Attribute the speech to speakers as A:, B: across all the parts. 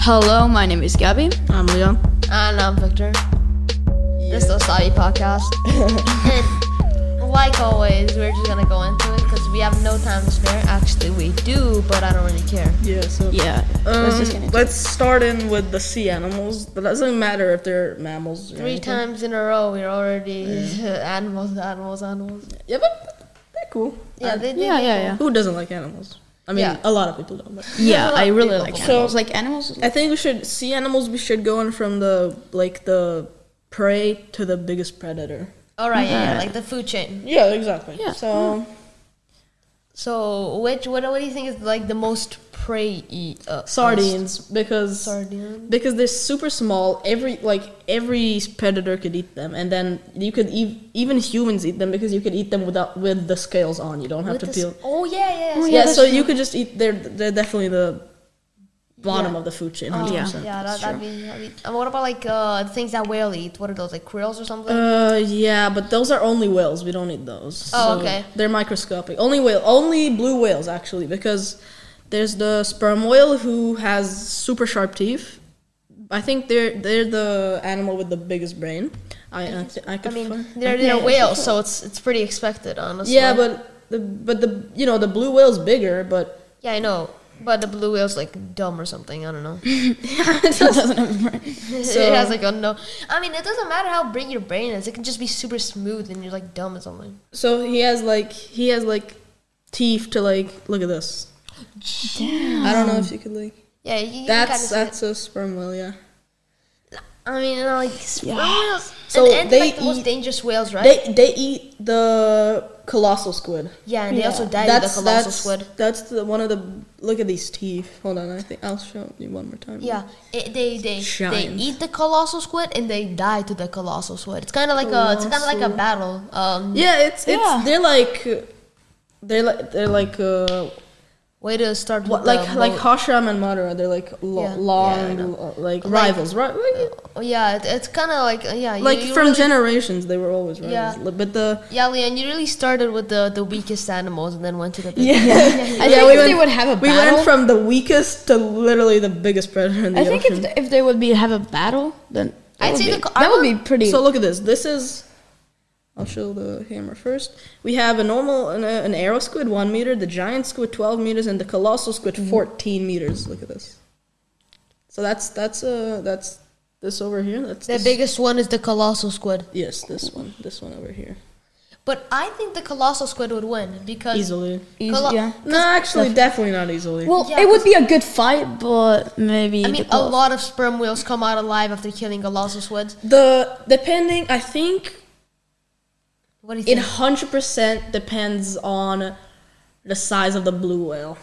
A: Hello, my name is Gabby.
B: I'm Leon.
C: And I'm Victor. This is the Saudi podcast. like always, we're just gonna go into it because we have no time to spare. Actually, we do, but I don't really care.
B: Yeah, so
A: Yeah.
B: um, let's start in with the sea animals. It doesn't matter if they're mammals. Or
C: Three
B: anything.
C: times in a row, we're already animals, animals, animals.
B: Yeah, but they're cool.
C: Yeah, they do.
A: yeah, yeah, yeah.
B: Who doesn't like animals? I mean,
C: Yeah.
B: a lot of people don't. But
A: Yeah, I really
C: people.
A: like
C: So-
A: animals. like animals.
B: I think we should sea animals. We should go in from the like the prey to the biggest predator.
C: All right, yeah, yeah, like the food chain.
B: Yeah, exactly.
A: Yeah.
B: So
C: So, which what, what do you think is like the most prey uh,
B: sardines because
C: Sardines.
B: because they're super small. Every like every predator could eat them, and then you could ev- even humans eat them because you could eat them without with the scales on. You don't have
C: With
B: to
C: the
B: peel.
C: s- Oh yeah, yeah. so-
B: yeah, so you could just eat. They're they're definitely the bottom of the food chain.
C: Oh,
B: 100%.
C: yeah, that,
B: That's
C: that'd,
B: true.
C: be, that'd be. And what about like uh, things that whale eat? What are those like krills or something?
B: Uh, yeah, but those are only whales. We don't eat those.
C: Oh, okay.
B: They're microscopic. Only whale, only blue whales actually, because there's the sperm whale who has super sharp teeth. I think they're they're the animal with the biggest brain. I I, th- I
C: I
B: could.
C: mean,
B: find-
C: they're, they're whales, so it's it's pretty expected, honestly.
B: yeah, but the but the you know the blue whale's bigger, but
C: yeah, I know. But the blue whale's like dumb or something. I don't know. it has like a no. I mean, it doesn't matter how big your brain is. It can just be super smooth, and you're like dumb or something.
B: so he has like he has like teeth to like look at this. I don't know if you could like.
C: Yeah, you, you
B: That's
C: kind of.
B: that's a sperm whale, yeah.
C: I mean, and, like sperm whales.
B: So
C: and, and they're,
B: they
C: like the most
B: eat-
C: dangerous whales, right?
B: They they eat the colossal squid.
C: yeah, and they also die
B: That's
C: with the colossal
B: that's
C: squid.
B: that's the one of the look at these teeth. Hold on, I think I'll show you one more time.
C: Yeah, it, they they they
B: Giant.
C: eat the colossal squid and they die to the colossal squid. It's kind of like a it's kind of like a battle. Um,
B: yeah, it's it's
A: Yeah.
B: they're like they're like they're like uh
C: way to start with
B: what, like
C: the
B: like
C: mo-
B: Hashram and Madara. They're like lo-
C: Yeah. Yeah, I
B: long
C: know.
B: lo- like
C: Like-
B: rivals, right? Like,
C: Oh, yeah, it, it's kind of like uh, yeah, you-
B: like
C: you
B: from
C: really-
B: generations, they were always rivals.
C: Yeah.
B: Li- But the
C: yeah, Leon, you really started with the the weakest animals and then went to the big.
B: yeah,
A: I think if they would have a
B: we
A: battle-
B: went from the weakest to literally the biggest predator in the
A: I think
B: ocean.
A: if, if they would be have a battle, then that
C: I'd
A: would
C: say
A: be,
C: the co-
A: that
C: I
A: would be
C: want-
A: pretty.
B: So look at this. This is. I'll show the hammer first. We have a normal, an, an arrow squid, one meter, the giant squid, twelve meters, and the colossal squid,
A: Mm.
B: fourteen meters. Look at this. So that's that's uh that's this over here. That's
C: The
B: this-
C: biggest one is the colossal squid,
B: Yes, this one, this one over here.
C: but I think the colossal squid would win
A: Uh,
C: because
B: Easily.
A: Easy,
C: colo-
A: yeah.
B: No, actually, definitely not easily.
A: Well,
C: Yeah,
A: it would be a good fight, but maybe.
C: I
A: the
C: mean, a
A: close.
C: lot of sperm whales come out alive after killing colossal squids.
B: the depending, I think
C: What do you
B: it
C: think?
B: hundred percent depends on the size of the blue whale,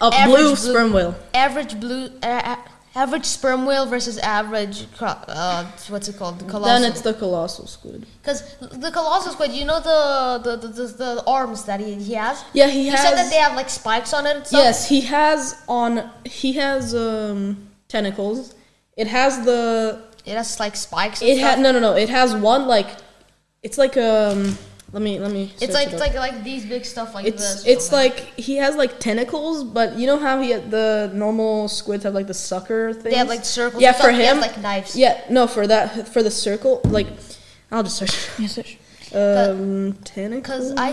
B: a
C: Average
B: blue
C: blue-
B: sperm whale.
C: average blue, uh, average sperm whale versus average, cro- uh, what's it called? The
B: Then
C: colossal.
B: it's the colossal squid.
C: Because the colossal squid, you know the the, the, the, the arms that he, he has.
B: Yeah, he
C: You
B: has.
C: said that they have like spikes on it. and stuff?
B: yes, he has on. He has um tentacles. It has the.
C: It has like spikes. And
B: It
C: stuff.
B: had no no no. It has one like. It's like um. Let me let me. search
C: It's like
B: it
C: it's
B: up.
C: like like these big stuff like this. oh
B: It's
C: or
B: it's
C: something.
B: like he has like tentacles, but you know how he the normal squids have like the sucker thing.
C: have, like, circles
B: Yeah,
C: and
B: for
C: stuff. He has,
B: him.
C: like, knives.
B: Yeah, no, for that for the circle like, I'll just search. Um,
C: Cause
B: tentacles.
C: I,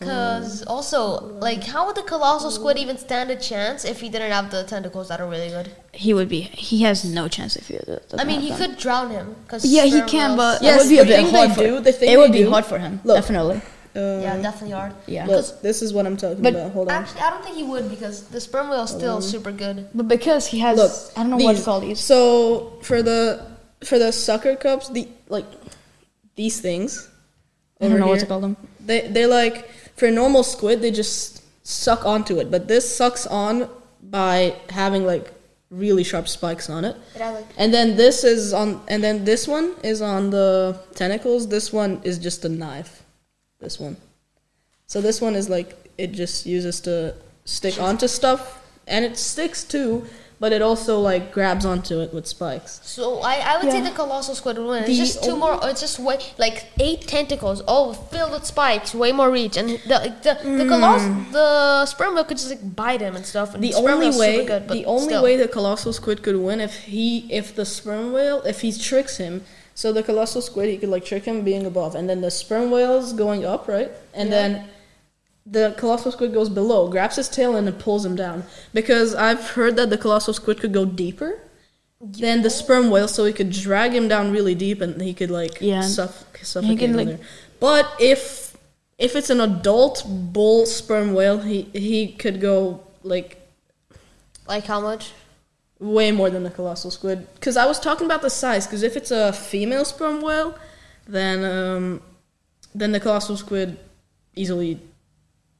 C: cause also like, how would the colossal squid even stand a chance if he didn't have the tentacles that are really good?
A: he would be. He has no chance if you.
C: I mean, he could drown him. Cause
A: Yeah, he
C: sperm
A: can,
C: whales-
A: but
B: Yes,
A: it would be a
B: the
A: bit
B: thing
A: hard
B: they
A: for
B: do- the thing
A: It would
B: they
A: be
B: do-
A: hard for him,
B: Look.
A: definitely.
C: yeah, definitely hard.
A: Yeah.
B: Look, this is what I'm talking
A: But-
B: about. Hold on.
C: Actually, I don't think he would because the sperm whale is still super good.
A: But because he has,
B: Look,
A: I don't know what to
B: these-
A: call these.
B: So for the for the sucker cups, the like these things.
A: I don't
B: over
A: know what to
B: here,
A: call them.
B: They they're like for normal squid, they just suck onto it, but this sucks on by having like really sharp spikes on it.
C: But I like-
B: And then this is on, and then this one is on the tentacles. This one is just a knife. This one. So this one is like it just uses to stick onto stuff, and it sticks too, but it also like grabs onto it with spikes.
C: So I, I would say
A: Yeah.
C: the colossal squid would win.
B: The
C: It's just two more. It's just way like eight tentacles, all filled with spikes, way more reach, and the like, the
B: Hmm.
C: the colossal the sperm whale could just like bite him and stuff. And
B: The
C: sperm
B: only
C: whale's
B: way,
C: super good, but
B: the only
C: still.
B: way the colossal squid could win if he, if the sperm whale, if he tricks him. So the colossal squid, he could like trick him being above, and then the sperm whale's going up, right? And then the colossal squid goes below, grabs his tail, and it pulls him down. Because I've heard that the colossal squid could go deeper than the sperm whale, so he could drag him down really deep, and he could like
A: Yeah.
B: suff- suffocate him
A: like-
B: there. But if if it's an adult bull sperm whale, he he could go like
C: like how much?
B: way more than the colossal squid. Because I was talking about the size. Because if it's a female sperm whale, then um, then the colossal squid easily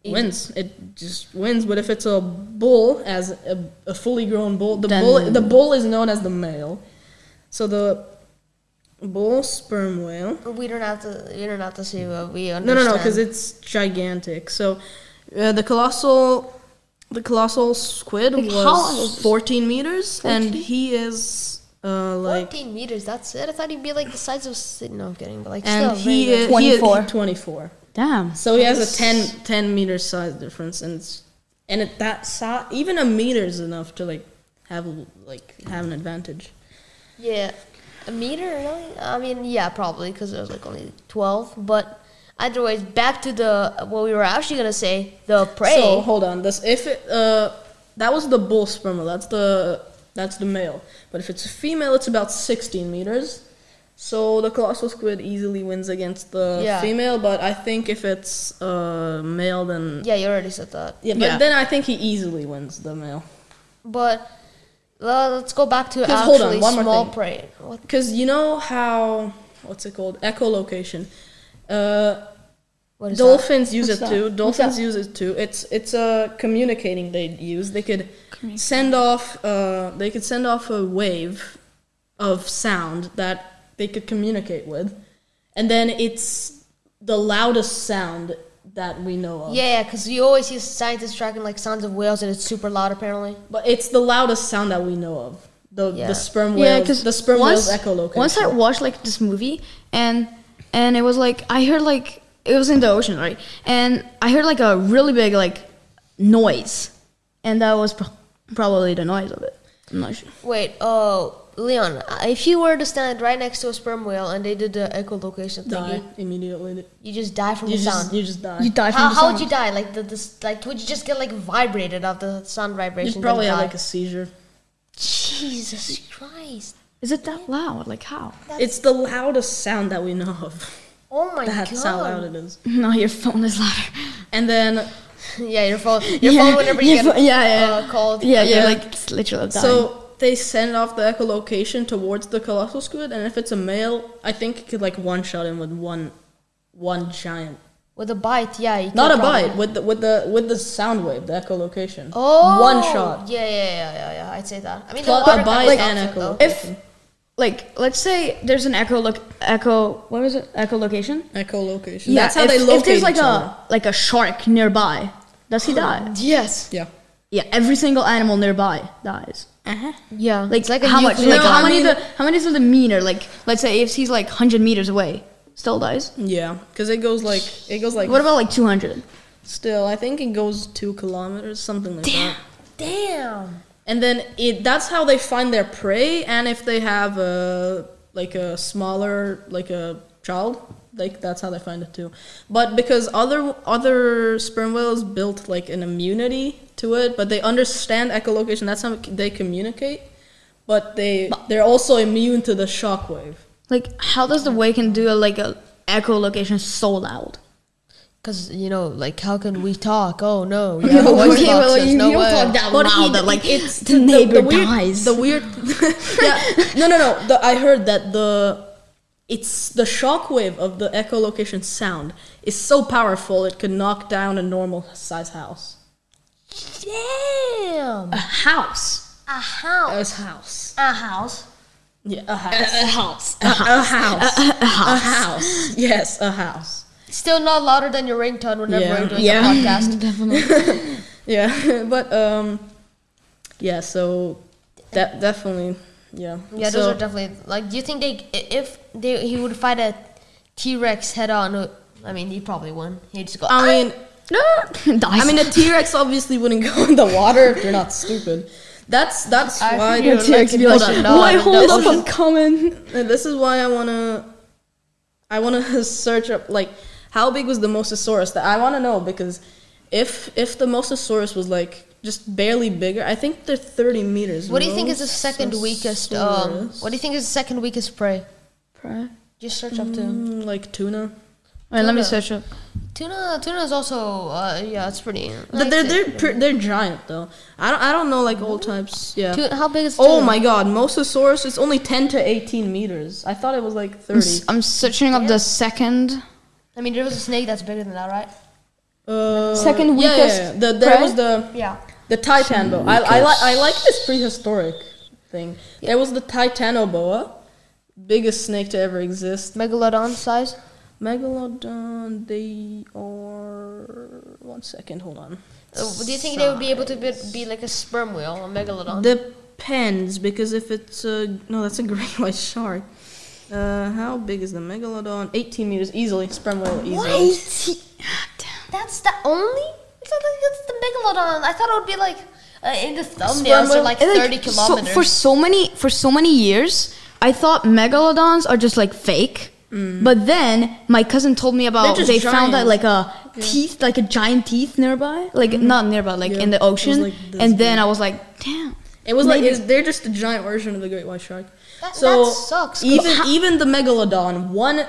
B: wins. It just wins. But if it's a bull, as a, a fully grown bull, the
A: Then-
B: bull the bull is known as the male. So the bull sperm whale.
C: We don't have to. We don't have to see what we
B: No,
C: understand.
B: no, no, because it's gigantic. So uh, the colossal, the colossal squid
A: Like, how long is
B: was
A: this?
B: fourteen meters, and
A: 14?
B: he is uh, like,
C: 14 meters. That's it. I thought he'd be like the size of Sydney. No, I'm kidding. But like
B: and
C: still,
B: he
C: very
B: is
C: big.
A: very big. 24.
B: twenty four.
A: Damn.
B: So he has a 10, 10 meter size difference, and it's, and at that size, even a meter is enough to like have a- like have an advantage.
C: yeah, a meter. Really? I mean, yeah, probably because it was like only 12. But either way, back to the what we were actually gonna say. The prey.
B: So hold on, this if it uh, that was the bull sperma. That's the that's the male. But if it's a female, it's about sixteen meters. So the colossal squid easily wins against the
C: Yeah.
B: female. But I think if it's uh, male, then
C: yeah, you already said that.
B: yeah. But then I think he easily wins the male.
C: But well, let's go back to
B: 'Cause
C: actually
B: hold on, one more
C: small
B: thing.
C: prey. What?
B: Because you know how what's it called echolocation. Uh,
C: What is
B: dolphins use
A: What's
B: it
A: that?
B: too.
A: What's
B: Dolphins
A: that?
B: use it too. It's it's a communicating they use. They could send off. Uh, they could send off a wave of sound that they could communicate with, and then it's the loudest sound that we know
C: that?
B: of.
C: Yeah, because you always see scientists tracking like sounds of whales, and it's super loud apparently.
B: But it's the loudest sound that we know of. The
C: Yeah.
B: the sperm
A: Yeah,
B: whales.
A: because
B: the sperm
A: once,
B: whales echolocation.
A: Once I watched like this movie, and and it was like I heard like it was in the ocean, right? And I heard like a really big like noise, and that was pro- probably the noise of it. I'm not sure.
C: Wait, oh Leon, if you were to stand right next to a sperm whale and they did the echolocation
B: die
C: thingy,
B: immediately.
C: you just die from
B: You
C: the
B: just
C: sound.
B: you just die.
A: You die from
C: how
A: the
C: how would you
A: sound.
C: die? Like the this like would you just get like vibrated off the sound vibration?
B: You'd probably
C: then
B: have like
C: die?
B: a seizure.
C: Jesus Christ!
A: Is it that loud? Like how?
B: It's the loudest sound that we know of.
C: Oh my god!
B: That's how loud it is.
A: No, your phone is louder.
B: And then,
C: yeah, your phone, your phone. Whenever you
A: your
C: get
A: phone- yeah, yeah.
C: Uh, called,
A: yeah,
B: yeah.
A: you're like it's literally dying.
B: so they send off the echolocation towards the colossal squid, and if it's a male, I think it could like one shot him with one, one giant.
C: with a bite. Yeah, you
B: Not
C: can
B: a
C: probably-
B: bite with the with the with the sound wave, the echolocation.
C: Oh,
B: one shot.
C: Yeah, yeah, yeah, yeah, yeah. I'd say that. I mean,
B: Plus
C: the water
B: a bite
C: like,
B: and
C: it, though.
B: echo.
A: if like let's say there's an echo look echo what was it echolocation?
B: Echolocation.
A: Yeah,
B: That's how
A: if,
B: they locate
A: if there's like
B: each
A: a
B: other.
A: like a shark nearby, does he die?
C: Yes.
B: Yeah.
A: Yeah, every single animal nearby dies.
C: Yeah.
A: Like,
C: it's like a
A: how much?
C: nuclear
A: like, how
C: bomb.
A: many? The, how many is the meter? Like, let's say if he's like hundred meters away, still dies.
B: Yeah, because it goes like it goes like.
A: What about like two hundred?
B: Still, I think it goes two kilometers, something like that.
C: Damn.
B: and then it that's how they find their prey and if they have a like a smaller like a child like that's how they find it too but because other other sperm whales built like an immunity to it but they understand echolocation that's how they communicate but they they're also immune to the shockwave
A: Like, how does the way can do a, like a echolocation so loud?
C: Because you know, like, how can we talk? Oh no, we have voice
A: okay, well,
C: boxes,
A: you,
C: no
A: you don't
C: way.
A: talk that
B: But
A: loud.
B: he-
A: that like
B: it's
A: the neighbor
B: weird,
A: dies.
B: The weird, yeah. No, no, no. The, I heard that the it's the shockwave of the echolocation sound is so powerful it could knock down a normal size house.
C: Damn!
B: A house.
C: A house.
B: house.
C: A house.
B: Yeah, a house.
A: A house.
B: A house. A house. Yes, a house.
C: Still not louder than your ringtone whenever
B: Yeah.
C: you're doing
A: Yeah.
C: a podcast.
A: Definitely.
B: Yeah, but um, yeah. So that definitely, yeah.
C: Yeah,
B: so,
C: those are definitely like. Do you think they i- if they he would fight a T Rex head on? uh, I mean, he probably won. He'd just go.
B: I mean,
A: no. Dice.
B: I mean, a T Rex obviously wouldn't go in the water if you're not stupid. That's that's
C: I
B: why the
C: feel like T-Rex
A: be like,
C: Hold on, no,
A: why
C: no,
A: hold
C: no.
A: up? I'm coming.
B: And this is why I wanna, I wanna search up like how big was the Mosasaurus that I wanna know because if if the Mosasaurus was like just barely bigger, I think they're thirty meters.
C: what do you think is the second weakest? Um, what do you think is the second weakest prey?
A: Right.
C: Just search up to
B: Mm, like tuna?
A: Wait, let me
C: Tuna.
A: search up.
C: Mm, tuna. Tuna is also uh, yeah, it's pretty.
B: But they're they're pre- they're giant though. I don't I don't know like all types. Yeah.
C: Tu- how big is?
B: Oh
C: tuna?
B: my God, Mosasaurus is only ten to eighteen meters. I thought it was like
A: I'm,
B: thirty.
A: s- I'm searching up the second.
C: I mean, there was a snake that's bigger than that, right?
B: Uh,
A: Second
B: yeah, yeah,
A: weakest
B: yeah. The, there
A: prey?
B: was the
C: Yeah.
B: The Titan I, I, li- I like this prehistoric thing. There was the Titanoboa, biggest snake to ever exist.
C: Megalodon size.
B: Megalodon, they are. One second, hold on.
C: Uh, do you think they would be able to be, be like a sperm whale, a megalodon?
B: Depends, because if it's a. No, that's a great white shark. Uh, how big is the megalodon? 18 meters, easily. Sperm whale, easily.
C: That's the only. It's not like it's the megalodon. I thought it would be like uh, in the
B: Sperm
C: thumbnails
B: whale-
C: or like
A: And, like,
C: thirty
A: so-
C: kilometers.
A: for so many for so many years, I thought megalodons are just like fake. But then my cousin told me about
B: Mm. just
A: they found that like
B: giant.
A: a teeth, like a giant teeth nearby, like not nearby, like
B: Mm-hmm. Yeah.
A: in the
B: It was,
A: ocean.
B: like, this
A: and then I was like, damn.
B: It was like
A: Maybe.
B: it's, they're just a giant version of the great white shark.
C: That-
B: so
C: that sucks.
B: Even
C: How-
B: even the megalodon, one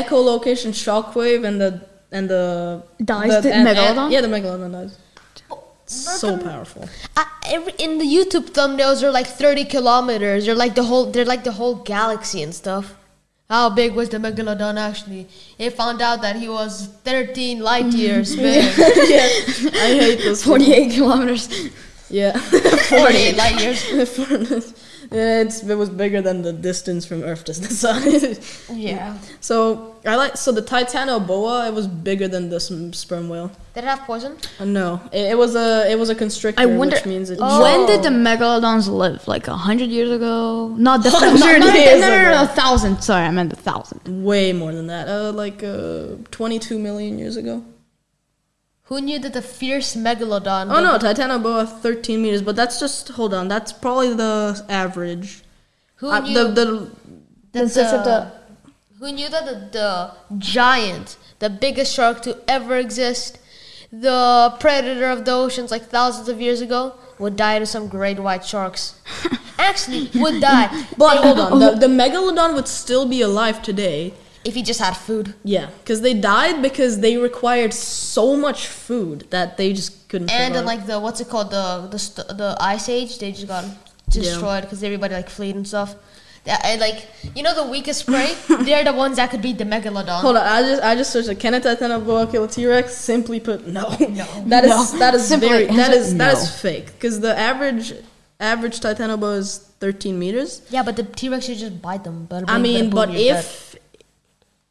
B: echolocation shockwave, and the and the
A: Dies the
B: and- and-
A: megalodon?
B: yeah, the megalodon dies. So
C: Megalodon-
B: powerful.
C: I, every, in the YouTube thumbnails are like thirty kilometers. They're like the whole. They're like the whole galaxy and stuff. How big was the megalodon actually? It found out that he was thirteen light years big.
B: yeah, I hate this. one.
A: 48 kilometers.
B: Yeah,
C: Forty light years.
B: yeah, it's, it was bigger than the distance from Earth to the sun.
C: Yeah.
B: so I like so the Titanoboa. It was bigger than this m- sperm whale.
C: Did it have poison?
B: Uh, No, it, it was a it was a constrictor.
A: I wonder Oh,
B: which means it
A: when did the megalodons live? Like a hundred years ago? Not definitely.
B: 100
A: not, not,
B: years
A: no, no, no, no,
B: ago.
A: a thousand. Sorry, I meant a thousand.
B: Way more than that. Uh, like uh, 22 million years ago.
C: Who knew that the fierce megalodon?
B: Oh no, Titanoboa 13 meters, but that's just hold on. That's probably the average.
C: Who
B: Uh,
C: knew
B: the the
C: that
A: That's such a
C: the- Who knew that the, the giant, the biggest shark to ever exist, the predator of the oceans like thousands of years ago, would die to some great white sharks? Actually, would die.
B: but hold on, the, the megalodon would still be alive today.
C: if he just had food.
B: Yeah, because they died because they required so much food that they just couldn't.
C: And in
B: survive.
C: like the what's it called the the st- the ice age, they just got destroyed because everybody like fleed and stuff. That, and like you know the weakest prey, they're the ones that could beat the megalodon.
B: hold on, I just I just searched like, can a Titanoboa kill a T Rex? Simply put, no. No, that is
A: No.
B: that is
A: Simply
B: very that is that
A: no.
B: is fake because the average average Titanoboa is 13 meters.
C: Yeah, but the T Rex should just bite them. But
B: I mean, but if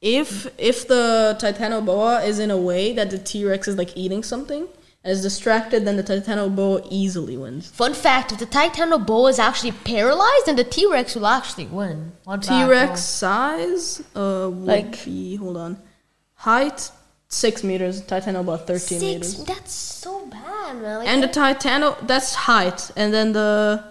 B: if if the Titanoboa is in a way that the T Rex is like eating something and is distracted, then the Titanoboa easily wins.
C: Fun fact: If the Titanoboa is actually paralyzed, then the T Rex will actually win. Fun fact,
B: T Rex
C: oh.
B: size uh would
A: Like-
B: be hold on height six meters, Titanoboa thirteen
C: Six.
B: meters,
C: That's so bad, man. Like,
B: and the Titano that's height, and then the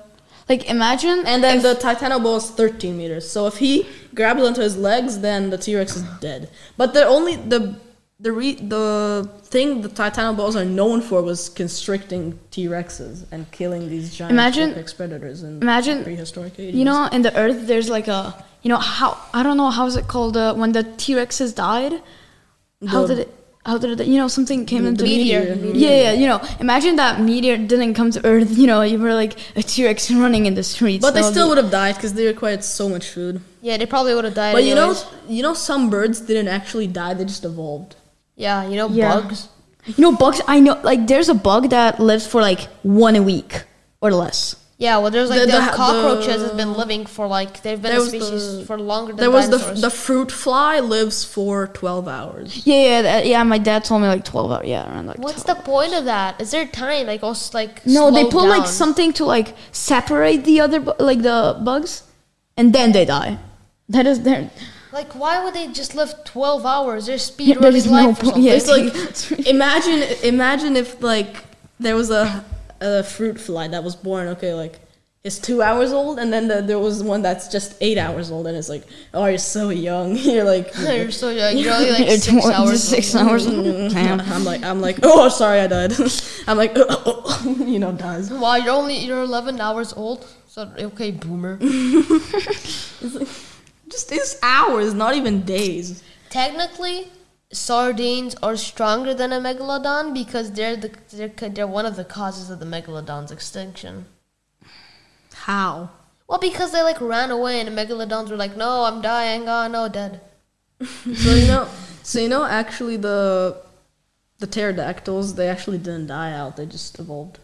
A: Like imagine
B: and then the Titanoboa is 13 meters. So if he grabs onto his legs, then the T Rex is dead. But the only the the re, the thing the Titanoboas are known for was constricting T Rexes and killing these giant
A: Imagine-
B: apex predators in
A: imagine-
B: prehistoric ages.
A: You know, in the earth, there's like a you know how I don't know how is it called uh, when the T Rexes died. How
B: The-
A: did it? How did it? You know, something came into
C: meteor.
A: Yeah, yeah. You know, imagine that meteor didn't come to Earth. You know, you were like a T Rex running in the streets.
B: but they
A: That would
B: still
A: be-
B: would have died because they required so much food.
C: yeah, they probably would have died.
B: But you know,
C: anyways.
B: you know, some birds didn't actually die; they just evolved.
C: yeah, you know,
A: Yeah.
C: bugs.
A: No bugs. I know. Like there's a bug that lives for like one a week or less.
C: Yeah, well, there's like the,
B: The- the-
C: cockroaches
B: the-
C: have been living for like they've been
B: There
C: a
B: was
C: species
B: the-
C: for longer than
B: There was the,
C: dinosaurs.
B: the fruit fly lives for 12 hours.
A: Yeah, yeah, that, yeah. My dad told me like twelve hours. Yeah, around like.
C: What's
A: 12.
C: the point of that? Is there time like also like
A: No, they
C: slow
A: put like
C: down?
A: something to like separate the other bu- like the bugs, and then they die. That is their.
C: Like, why would they just live 12 hours? They're speed
A: Yeah, there
C: running
A: is no
C: life or
A: point.
C: something.
A: Yeah,
B: It's like imagine imagine if like there was a a fruit fly that was born. Okay, like it's two hours old, and then the, there was one that's just eight hours old, and it's like, oh, you're so young. You're like,
C: You're so young. You're only like
A: It's
C: six
A: more-
C: hours.
A: Six hours. Damn.
B: Mm-hmm. I'm like, I'm like, oh, sorry, I died. I'm like, you know, dies.
C: old. Wow, you're only you're 11 hours old. So okay, boomer.
B: Just it's hours, not even days.
C: Technically, sardines are stronger than a megalodon because they're the they're, c- they're one of the causes of the megalodon's extinction.
B: How?
C: Well, because they like ran away and the megalodons were like, no, I'm dying. Oh no, dead.
B: So you know, so you know, actually the the pterodactyls they actually didn't die out; they just evolved.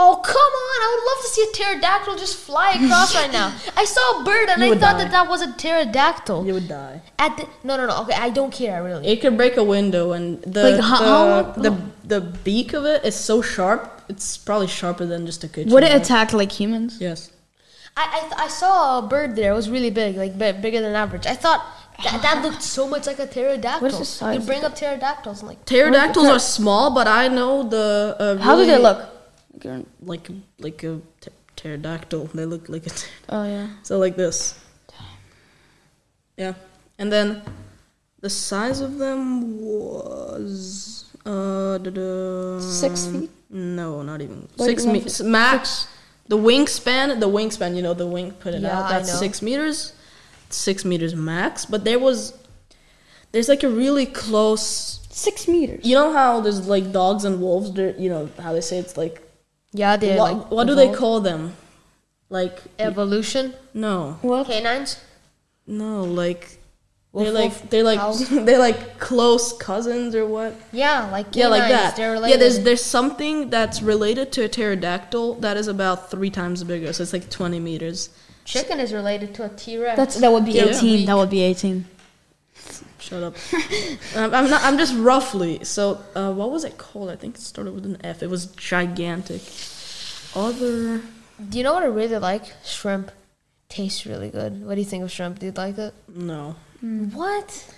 C: Oh come on! I would love to see a pterodactyl just fly across right now. I saw a bird and
B: You
C: I
B: would
C: thought
B: die.
C: that that was a pterodactyl.
B: You would die.
C: At the, no, no, no. Okay, I don't care really.
B: It could break a window, and the
A: Like, how-
B: the, the the beak of it is so sharp. It's probably sharper than just a kitchen.
A: Would it
B: knife.
A: attack like humans?
B: Yes.
C: I, I, th- I saw a bird there. It was really big, like b- bigger than average. I thought that, that looked so much like a pterodactyl.
A: What is the size
C: You
A: of
C: bring up pterodactyls and like
B: Pterodactyls are small, but I know the. Uh,
A: How do they
B: really-
A: look?
B: Like like a pter- pterodactyl. They look like a. pter-
A: Oh yeah.
B: So like this. Yeah, and then the size of them was uh da-da.
A: Six feet?
B: No, not even
A: Like
B: six
A: one
B: meters max. The wingspan, the wingspan, you know, the wing put it
C: Yeah,
B: out.
C: I
B: That's
C: know.
B: six meters, six meters max. But there was, there's like a really close.
A: Six meters.
B: You know how there's like dogs and wolves. They're, you know how they say it's like.
C: yeah, they
B: what
C: like
B: what do they
C: evolve-
B: call them? Like
C: evolution?
B: no,
A: What?
C: Canines.
B: no, like
C: Wolf,
B: they're like
C: wolf,
B: they're like
C: cow.
B: they're like close cousins or what?
C: yeah, like canines,
B: yeah, like that.
C: They're
B: Yeah,
C: related.
B: there's there's something that's related to a pterodactyl that is about three times bigger, so it's like twenty meters.
C: chicken is related to a T Rex.
A: That's that would be
B: Yeah.
A: eighteen. That would be eighteen.
B: Shut up. um, I'm not. I'm just roughly. So uh, what was it called? I think it started with an F. It was gigantic. Other.
C: do you know what I really like? Shrimp. Tastes really good. What do you think of shrimp? Do you like it?
B: No.
C: What?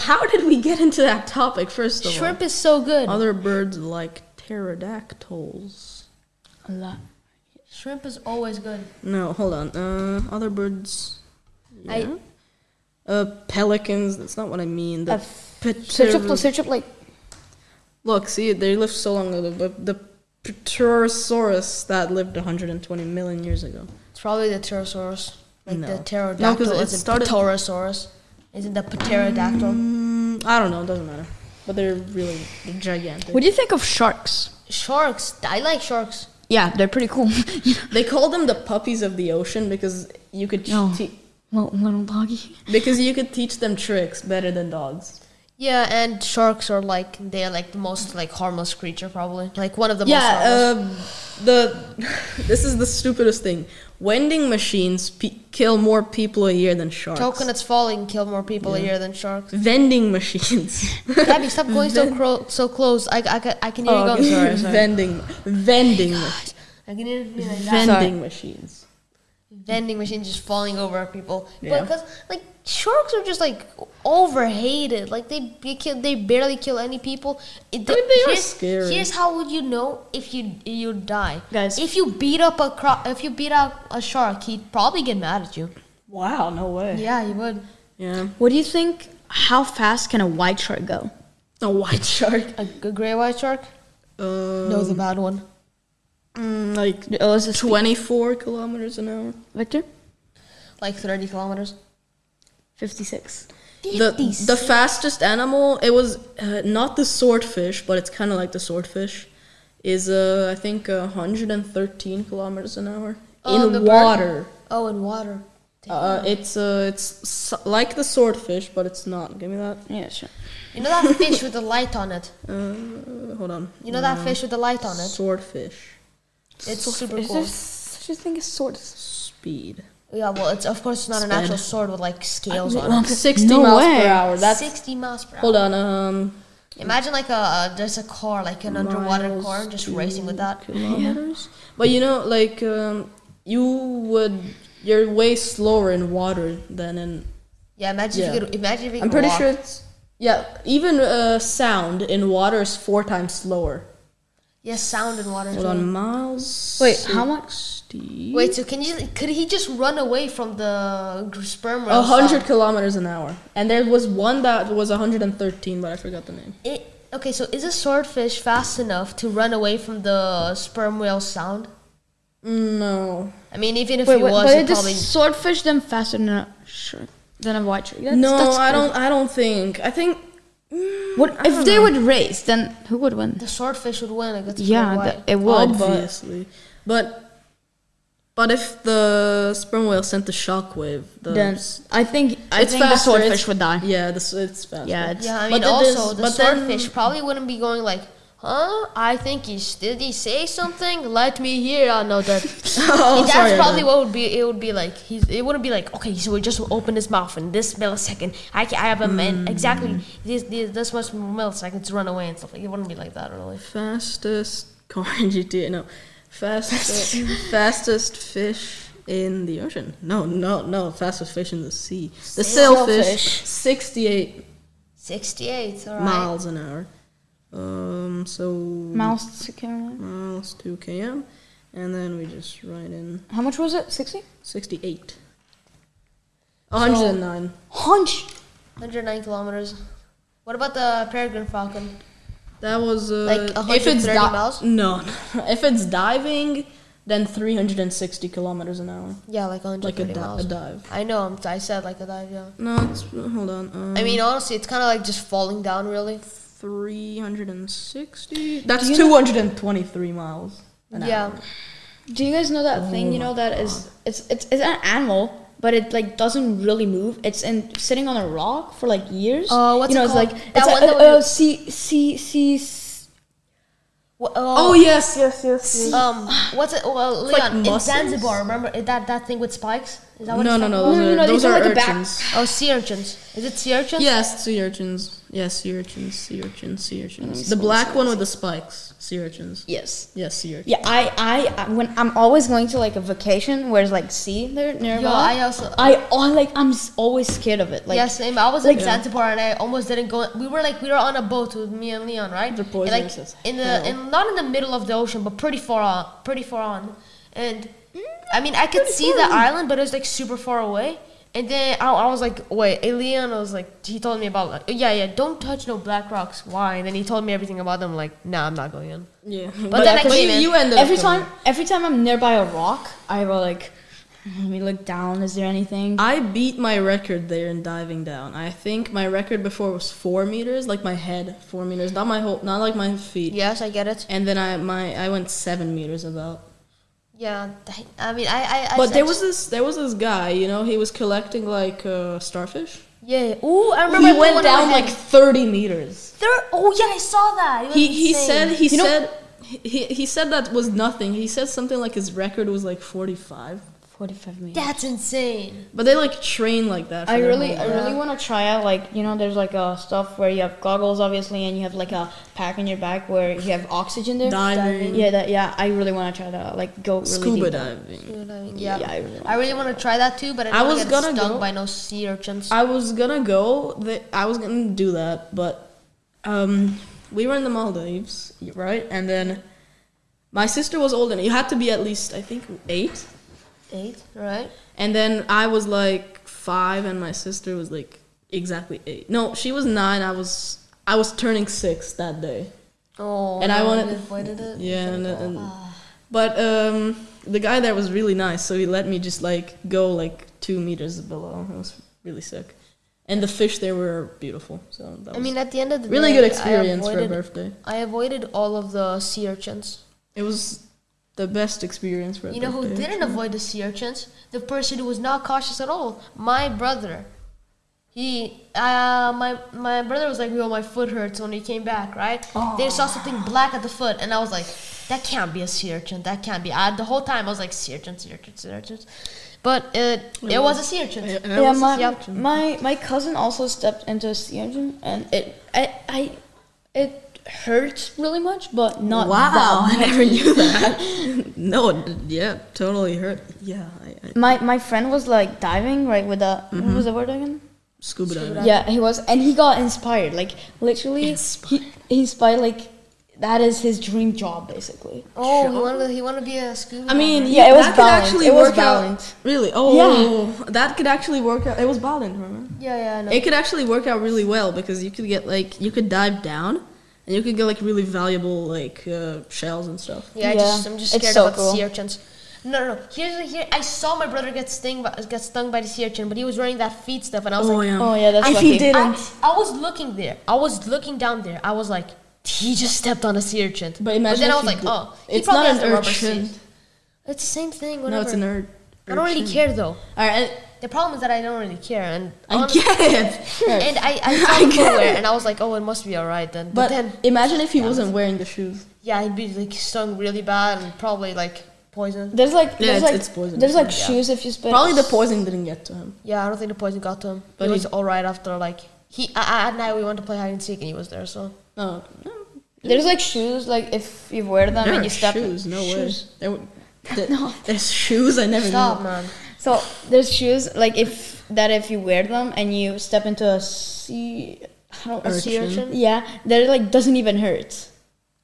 B: How did we get into that topic? First of
C: Shrimp is so good.
B: all, other birds like pterodactyls.
A: A lot.
C: Shrimp is always good.
B: No, hold on. Uh, other birds. Yeah.
C: I-
B: uh, pelicans. That's not what I mean. The
A: Uh, Search up,
B: pter-
A: search up like
B: Look, see, they lived so long ago. But the Pterosaurus that lived 120 million years ago.
C: It's probably the pterosaurus, like
B: No.
C: the
B: No,
C: pterodactyl.
B: 'cause it
C: is it
B: started-
C: pterosaurus? Isn't the pterodactyl?
B: Mm, I don't know. It doesn't matter. But they're really gigantic.
A: What do you think of sharks?
C: Sharks. I like sharks.
A: Yeah, they're pretty cool.
B: they call them the puppies of the ocean because you could
A: No.
B: te-
A: well, little doggy.
B: because you could teach them tricks better than dogs.
C: Yeah, and sharks are like they're like the most like harmless creature probably. Like one of the most
B: Yeah,
C: harmless.
B: um, the this is the stupidest thing. Vending machines pe- kill more people a year than sharks.
C: Coconuts falling kill more people a year than sharks.
B: vending machines.
C: Gabby, stop going so cro- so close. I, I, ca- I can hear
B: Oh,
C: you going.
B: vending, vending,
C: I can hear you like that.
B: vending
A: Sorry.
B: machines.
C: vending machine just falling over people.
B: Yeah.
C: But because like sharks are just like overhated. Like they they, kill, they barely kill any people. It,
B: I mean, they are
C: here's,
B: scary.
C: Here's how would you know if you you die,
A: Guys.
C: If you beat up a cro- if you beat up a shark, he'd probably get mad at you.
B: Wow, no way.
C: Yeah, you would.
B: Yeah,
A: What do you think? How fast can a white shark go?
B: a white shark.
C: A, g- gray white shark?
B: Uh,
C: No, the bad one.
B: mm, like
A: Oh, is this
B: twenty-four kilometers an hour.
A: Victor?
C: Like 30 kilometers.
A: Fifty-six.
B: The the fastest animal. It was uh, not the swordfish, but it's kind of like the swordfish. Is uh, I think uh, 113 kilometers an hour
C: Oh,
B: in
C: the bird-
B: water.
C: Oh, in water.
B: Uh, it's uh, it's s- like the swordfish, but it's not. Give me that.
A: Yeah, sure.
C: You know that fish with the light on it?
B: Uh, hold on.
C: You know that fish with the light on it?
B: Swordfish.
C: It's super
A: Is
C: cool.
A: there such a thing as swords?
B: Speed.
C: Yeah, well, it's of course not an
B: Sped.
C: actual sword with like scales on it.
B: 60
A: No
B: miles
A: way.
B: per hour. That's
C: 60 miles per hour.
B: hold on. Um,
C: Imagine like a uh, there's a car, like an underwater
B: miles
C: car, just
B: to
C: racing with that.
B: Kilometers. But you know, like um, you would, you're way slower in water than in.
C: Yeah, imagine if
B: Yeah.
C: you could. Imagine if you could
B: I'm pretty
C: walk.
B: sure it's. Yeah, even uh, sound in water is four times slower.
C: Yes, sound and water.
B: Hold
C: too.
B: on, miles.
A: Wait, how much?
B: 60?
C: Wait, so can you? Could he just run away from the gr- sperm whale?
B: A hundred kilometers an hour, and there was one that was 113, but I forgot the name.
C: It, okay, so is a swordfish fast enough to run away from the sperm whale sound?
B: No,
C: I mean, even if
A: Wait,
C: he
A: wait,
C: was,
A: but
C: he
A: it just
C: probably.
A: swordfish them faster than a shark, than a white shark. That's,
B: no,
A: that's
B: I
A: crazy.
B: don't. I don't think. I think
A: What if they would race? Then who would win?
C: The swordfish would win against
A: Yeah,
C: the white.
A: that- it would. but-
B: obviously, but but if the sperm whale sent the shockwave, the
A: Then
B: s-
A: I think I
B: it's
A: think the
B: faster,
A: swordfish
B: it's-
A: would die.
B: Yeah, the, s- it's faster.
A: Yeah, it's-
C: yeah, I
B: But
C: mean,
B: then
C: also
B: there's-
C: the
B: but then-
C: swordfish probably wouldn't be going like, huh? I think he s- did. He say something. Let me hear. I know that.
B: oh,
C: that's
B: sorry, I
C: probably
B: didn't-
C: what would be. It would be like he's. It wouldn't be like okay. So we just open his mouth in this millisecond. I ca- I have him
B: Hmm.
C: in exactly this, this this much milliseconds to run away and stuff. Like, it wouldn't be like that really.
B: fastest car in GTA. No, fastest fastest fish in the ocean. No, no, no, fastest fish in the sea. The sailfish,
A: Sailfish.
B: 68
C: Sixty-eight. All right.
B: miles an hour. Um, so
A: Mouse to camera.
B: miles to km, and then we just write in
A: How much was it? Sixty.
B: 68. 109.
A: Hunch.
C: Hundred nine kilometers. What about the peregrine falcon?
B: that was uh,
C: Like 130 miles?
B: No, if it's diving, then 360 kilometers an hour.
C: Yeah, like hundred.
B: Like a, di-
C: miles.
B: a dive.
C: I know. I'm, I said like a dive. Yeah.
B: No, it's hold on. Um,
C: I mean, honestly, it's kind of like just falling down. Really.
B: 360. That's 223 miles. An
C: yeah.
B: Hour.
A: Do you guys know that thing? You know that is it's it's it's an animal, but it like doesn't really move. It's in sitting on a rock for like years.
C: Oh, what's
A: you know,
C: it called?
A: It's like
C: That
A: it's
C: one
A: a,
C: that
A: a, a
C: was-
A: sea sea sea. s-
C: Wha- uh,
B: Oh, yes, yes, yes. yes.
C: Um, what's it? Well,
B: It's like
C: Leon, in
B: mussels.
C: Zanzibar, remember it- that that thing with spikes? Is that what
B: no,
C: it's
B: no,
C: called?
A: No,
B: no,
A: no,
B: those are,
A: no, they
B: those
A: go
B: are
A: like a bat.
B: urchins.
C: Oh, sea urchins. Is it sea urchins?
B: Yes, sea urchins. Yes, sea urchins, sea urchins, sea urchins. The black one with the spikes, sea urchins.
A: Yes.
B: Yes, sea urchins.
A: Yeah, I, I, I- when I'm always going to like a vacation where it's like sea there nearby.
C: I also-
A: I, I like I'm s- always scared of it. Like
C: yeah, same. I was
A: like-
C: in Zanzibar and I almost didn't go. We were like we were on a boat with me and Leon, right?
B: They're
C: And,
B: poisonous as
C: like in the in not in the middle of the ocean, but pretty far on, pretty far on. And I mean, I could see the island, but it was like super far away. And then I, I was like, wait, and Leon was like, he told me about like, yeah, yeah, don't touch no black rocks. Why? And then he told me everything about them. Like, nah, I'm not going in.
B: Yeah. But,
C: then I
B: but
C: came
B: you,
C: in.
B: you ended up
A: every
B: going.
A: time every time I'm nearby a rock, I will like let me look down. Is there anything?
B: I beat my record there in diving down. I think my record before was four meters, like my head, four meters, not my whole, not like my feet.
C: Yes, I get it.
B: And then I my I went seven meters about.
C: Yeah, th- I mean, I, I, I
B: But there
C: I-
B: was this there was this guy, you know, he was collecting like uh, starfish.
C: yeah. Ooh, I remember.
B: He
C: I put
B: went
C: one in my
B: down
C: head.
B: like thirty meters.
C: There, oh yeah, I saw that. It was
B: He he
C: insane.
B: said he
A: You know-
B: said he, he said that was nothing. He said something like his record was like forty five.
A: Forty five minutes.
C: that's insane.
B: But they like train like that. For
A: I
B: their
A: really, I
B: whole life.
A: really want to try out. Like, you know, there's like uh, stuff where you have goggles, obviously, and you have like a pack in your back where you have oxygen there.
B: Diving.
A: Yeah, that. Yeah, I really want to try that. out, Like, go really
B: scuba
A: deep.
B: diving.
C: You know what I mean?
A: Yeah,
C: Yeah,
A: I really
C: I really want to try that too, but I,
B: I
C: don't
B: was
C: get
B: gonna
C: stung
B: go-
C: by no sea urchins.
B: I was gonna go. Th- I was gonna do that, but um, we were in the Maldives, right? And then my sister was old, and you had to be at least, I think, eight.
C: Eight, right?
B: And then I was like five, and my sister was like exactly eight. No, she was nine. I was I was turning six that day.
C: Oh,
B: And I
C: no,
B: wanna-
C: we avoided it.
B: Yeah, and, and but um, the guy there was really nice, so he let me just like go like two meters below. It was really sick, and the fish there were beautiful. So that was
C: I mean, at the end of the
B: really
C: day,
B: good
C: I
B: experience for a
C: avoided-
B: birthday.
C: I avoided all of the sea urchins.
B: It was the best experience for
C: You know who
B: adults.
C: didn't avoid the sea urchins? The person who was not cautious at all. My brother. He, uh, my my brother was like, "Yo, my foot hurts." When he came back, right? They saw something black at the foot, and I was like, "That can't be a sea urchin. That can't be." I, the whole time I was like, "Sea urchin, sea urchin, sea urchin," but it it, was. a sea urchin.
B: And I
A: Yeah,
B: was-
A: my,
C: Yep.
A: my my cousin also stepped into a sea engine, and it I, I it hurts really much, but not
B: wow,
A: that
B: I
A: much.
B: never knew that. no, it- yeah, totally hurt. Yeah, I, I,
A: My my friend was like diving right with the
B: Mm-hmm.
A: what was the word again?
B: scuba diving.
A: Yeah, he was, and he got inspired. Like literally,
B: Inspired.
A: He, he inspired like that is his dream job basically.
C: Oh, he wanted to, he wanted to be a scuba.
B: I mean,
A: Yeah, it was
B: that could
A: Ballint.
B: actually
A: It was
B: work out-
A: Ballint.
B: Really? Oh, that could actually work out. It was Ballint, remember?
C: yeah, yeah, I know.
B: It could actually work out really well because you could get like you could dive down and you could get like really valuable like uh, shells and stuff.
C: Yeah, I
A: Yeah,
C: just, I'm just
A: it's
C: scared
A: so
C: about the
A: cool.
C: sea urchins. No, no, no. Here's here. I saw my brother get stung by, get stung by the sea urchin, but he was wearing that feet stuff, and I was like,
A: Oh yeah, that's If lucky. he didn't,
C: I, I was looking there. I was looking down there. I was like, he just stepped on a sea urchin.
B: But imagine
C: then I
B: if
C: was
B: he
C: like,
B: did-
C: oh, he
B: it's
C: probably
B: not
C: has
B: an
C: the rubber
B: urchin.
C: suit. It's the same thing. Whatever.
B: No, it's an ur-
C: I don't really
B: urchin.
C: care though.
B: All right,
C: The problem is that I don't really care, and
B: I, I
C: honestly-
B: get it.
C: and I, I
B: I
C: saw him
B: get
C: nowhere,
B: it.
C: and I was like, oh, it must be alright then. But,
B: But
C: then,
B: imagine if he wasn't wearing the shoes.
C: yeah, he'd be like stung really bad and probably like poisoned.
A: there's like there's
B: it's-
A: like
B: it's poison.
A: there's like
B: Yeah.
A: shoes if you spit.
B: Probably the poison didn't get to him.
C: Yeah, I don't think the poison got to him.
B: But
C: he
B: he-
C: was alright after like he. I, I- at night we went to play hide and seek, and he was there. So
A: Oh.
B: No,
A: There's like shoes like if you wear them
B: there
A: and
B: are
A: you step.
B: shoes. No
A: shoes.
B: way. There, were- there- there's shoes I never
C: stop,
B: knew.
C: man.
A: So there's shoes like if that if you wear them and you step into a sea, I don't,
C: A sea urchin.
A: Yeah, that it, like doesn't even hurt.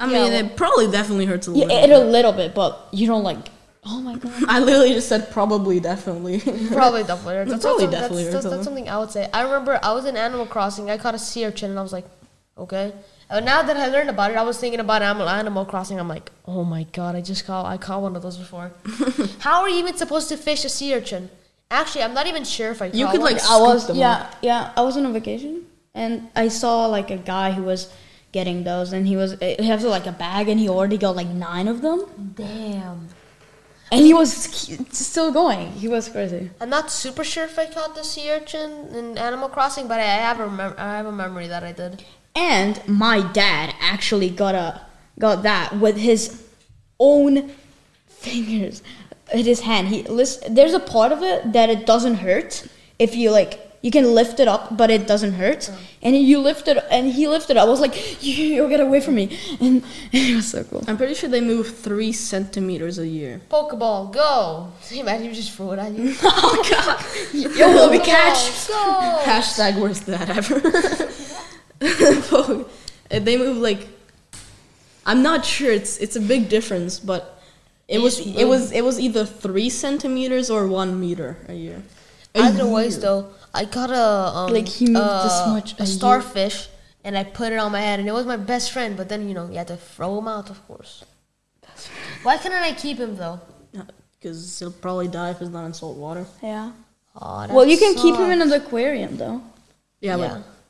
B: I mean,
A: Yeah.
B: it probably definitely hurts a
A: Yeah,
B: little.
A: it, a little bit, but you don't like. Oh my god.
B: I literally just said probably definitely.
C: Probably definitely hurts. That's
B: Probably
C: something-
B: definitely hurts
C: that's, that's,
B: a
C: that's
B: lot.
C: something I would say. I remember I was in Animal Crossing. I caught a sea urchin, and I was like, okay. And now that I learned about it, I was thinking about Animal Animal Crossing. I'm like, oh my god, I just caught I caught one of those before. How are you even supposed to fish a sea urchin? Actually, I'm not even sure if I.
B: You
C: caught
B: could,
C: one.
B: like,
A: I was
B: scoop them
A: yeah yeah I was on a vacation and I saw like a guy who was getting those and he was eh, he has like a bag and he already got like nine of them
C: Damn.
A: and he was he- still going. He was crazy.
C: I'm not super sure if I caught the sea urchin in Animal Crossing, but I have a mem- I have a memory that I did.
A: And my dad actually got a got that with his own fingers, with his hand. He list, there's a part of it that it doesn't hurt if you like you can lift it up, but it doesn't hurt. And you lift it, and he lifted. it. I was like, "You, you get away from me!" And, it was so cool.
B: I'm pretty sure they move three centimeters a year.
C: Pokeball, go! Imagine you just threw it at you.
B: Oh god!
A: Yo, let me catch. Oh.
C: Go! go.
B: Hashtag worst that ever. And they move like. I'm not sure. It's it's a big difference, but it was
C: just
B: it was it was either three centimeters or one meter a year. A
C: Either ways,
B: year.
C: though, I got a um,
A: Like, he moved this
C: uh,
A: much
C: a
A: a
C: starfish, and I put it on my head, and it was my best friend. But then you know, you had to throw him out, of course. Why couldn't I keep him though?
B: Because he'll probably die if it's not in salt water.
A: Yeah.
C: Aw, that
A: Well, you can keep him
C: sucks.
A: in an aquarium though,
B: Yeah,
C: Yeah.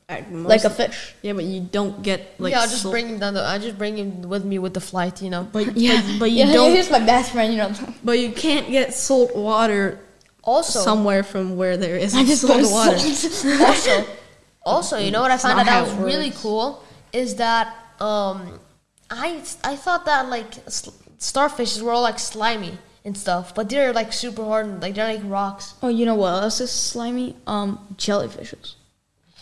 B: but at
A: like a
B: most-
A: fish.
B: yeah, but you don't get like
C: yeah, I'll just
B: salt-
C: bring him down. The, I just bring him with me with the flight, you know.
B: But yeah, but, but you
A: yeah,
B: don't.
A: Here's my best friend. You know.
B: But you can't get salt water
C: Also,
B: somewhere from where there is
A: I just
B: salt
A: want
B: water.
C: also, also, you know what I found out
B: Mm, not
C: that
B: how
C: was
B: it
C: really
B: works.
C: cool is that um, I I thought that like sl- starfishes were all like slimy and stuff, but they're like super hard, and, like they're like rocks.
A: Oh, you know what else is slimy? Um, jellyfishes.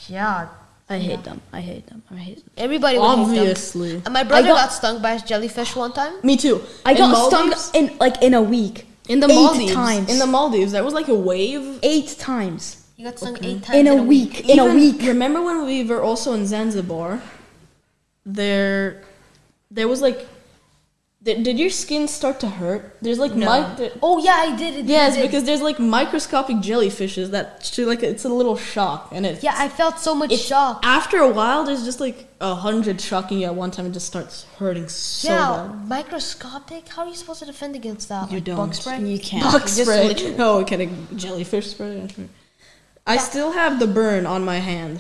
C: Yeah,
A: I hate them. I hate them. I hate them.
C: everybody would Hate
B: Obviously.
C: them. And my brother got,
A: got-
C: stung by a jellyfish one time.
B: Me too.
A: I
B: In
A: got
B: Maldives-
A: stung in like in a week.
B: in the
A: eight
B: Maldives.
A: times.
B: In the Maldives, there was like a wave.
A: eight times
C: He got stung eight times
A: in a week. In a
B: Even-
A: week.
B: Remember when we were also in Zanzibar? There, there was like, did, did your skin start to hurt? There's like
C: No.
B: mic. there-
C: Oh yeah, I did it.
B: yes,
C: I did.
B: because there's like microscopic jellyfishes that to like it's a little shock and it.
C: yeah, I felt so much shock.
B: After a while, there's just like a hundred shocking you at one time. It just starts hurting so
C: yeah,
B: bad.
C: microscopic. How are you supposed to defend against that?
B: You
C: like
B: don't.
C: Bug spray?
A: You can't.
B: Bug
A: Just
B: spray.
A: literally-
B: Oh, kind of jellyfish spray. yeah, sure. I still have the burn on my hand.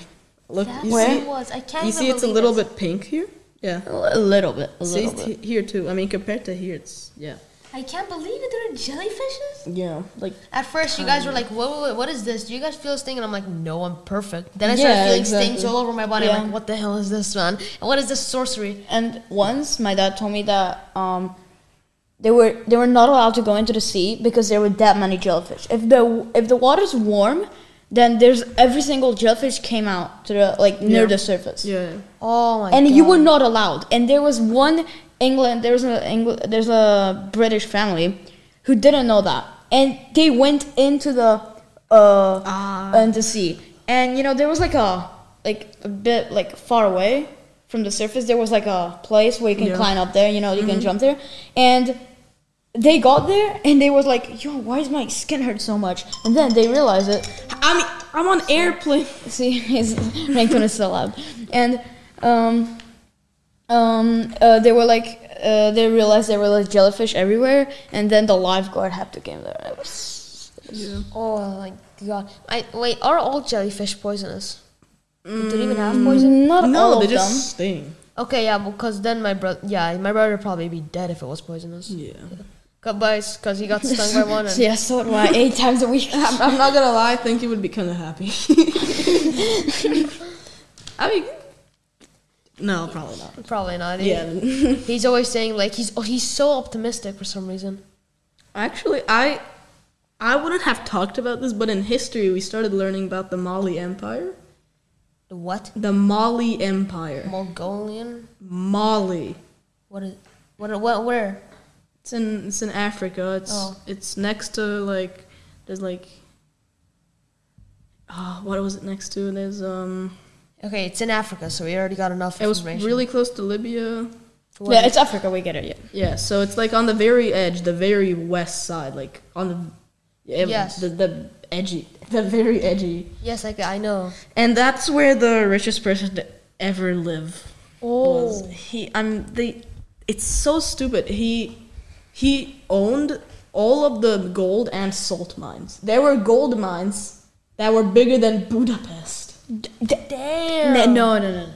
B: Look,
C: That's
B: you
C: what
B: see,
C: it was. I can't
B: you
C: even
B: see, it's a
C: believe
B: little
C: it.
B: bit pink here. Yeah,
A: A little bit. A
B: see,
A: little
B: it's
A: bit.
B: he- here too. I mean, compared to here, it's yeah.
C: I can't believe it. There are jellyfishes.
B: Yeah, like
C: At first, you guys were like, "Whoa, whoa, whoa, what is this? Do you guys feel a sting?" And I'm like, "No, I'm perfect." Then I started
B: Yeah,
C: feeling stings
B: exactly.
C: all over my body. I'm
A: Yeah.
C: like, "What the hell is this, man? And what is this sorcery?"
A: And once my dad told me that um, they were they were not allowed to go into the sea because there were that many jellyfish. If the if the water's warm, then there's every single jellyfish came out to the like near
B: Yeah.
A: the surface.
B: yeah,
C: Oh my!
A: And
C: God.
A: you were not allowed. And there was one England there was a Engl- there's a British family who didn't know that. And they went into the uh
C: Ah.
A: into sea. And you know, there was like a like a bit like far away from the surface there was like a place where you can
B: Yeah.
A: climb up there, you know, you can
C: Mm-hmm.
A: jump there. And they got there and they was like, "Yo, why is my skin hurt so much?" And then they realized it
B: I mean, I'm on airplane.
A: See, his ringtone is so loud. And um, um, uh, they were like, uh, they realized there were like jellyfish everywhere, and then the lifeguard had to come there. It was-
C: Oh my god! I wait. Are all jellyfish poisonous? Do they even have
B: Mm.
C: poison?
A: Mm, Not all
B: No, they
A: of
B: just
A: them.
B: sting.
C: Okay, yeah, because then my brother, yeah, my brother would probably be dead if it was poisonous.
B: Yeah.
C: because he got stung by one. And
A: yeah, so do I. Eight times a week.
B: I'm, I'm not gonna lie, I think you would be kind of happy. I mean, no, probably not.
C: Probably not. He-
B: Yeah,
C: He's always saying like he's oh, he's so optimistic for some reason.
B: actually, I I wouldn't have talked about this, but in history, we started learning about the Mali Empire.
C: The What?
B: The Mali Empire.
C: Mongolian?
B: Mali.
C: What is? What? What? Where?
B: It's in it's in Africa. It's
C: Oh.
B: it's next to like there's like ah what was it next to? There's um
C: Okay, it's in Africa, so we already got enough.
B: it was
C: information.
B: really close to Libya.
C: For what
A: Yeah,
C: it-
A: it's Africa. We get it. Yeah.
B: Yeah, so it's like on the very edge, the very west side, like on the yeah,
C: Yes.
B: the, the edgy, the very edgy,
C: yes, like I know.
B: and that's where the richest person to ever live. was.
C: Oh.
B: he I'm the it's so stupid. He he owned all of the gold and salt mines. There were gold mines that were bigger than Budapest.
C: Damn.
A: No, no, no, no.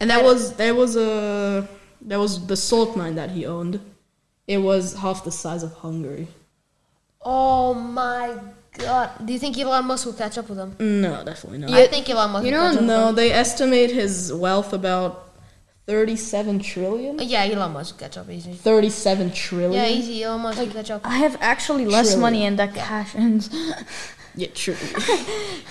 B: And that was there was a that was the salt mine that he owned. It was half the size of Hungary.
C: Oh my god! Do you think Elon Musk will catch up with him?
B: No, definitely not.
C: I think Elon Musk.
A: You
C: will
A: know-
C: catch up with
B: No, they estimate his wealth about 37 trillion.
C: him. Uh, Yeah, Elon Musk will catch up easy.
B: 37 trillion.
C: Yeah, easy. Elon Musk will catch up.
A: I have actually less
B: Trillion.
A: money in that cash, and
B: yeah true.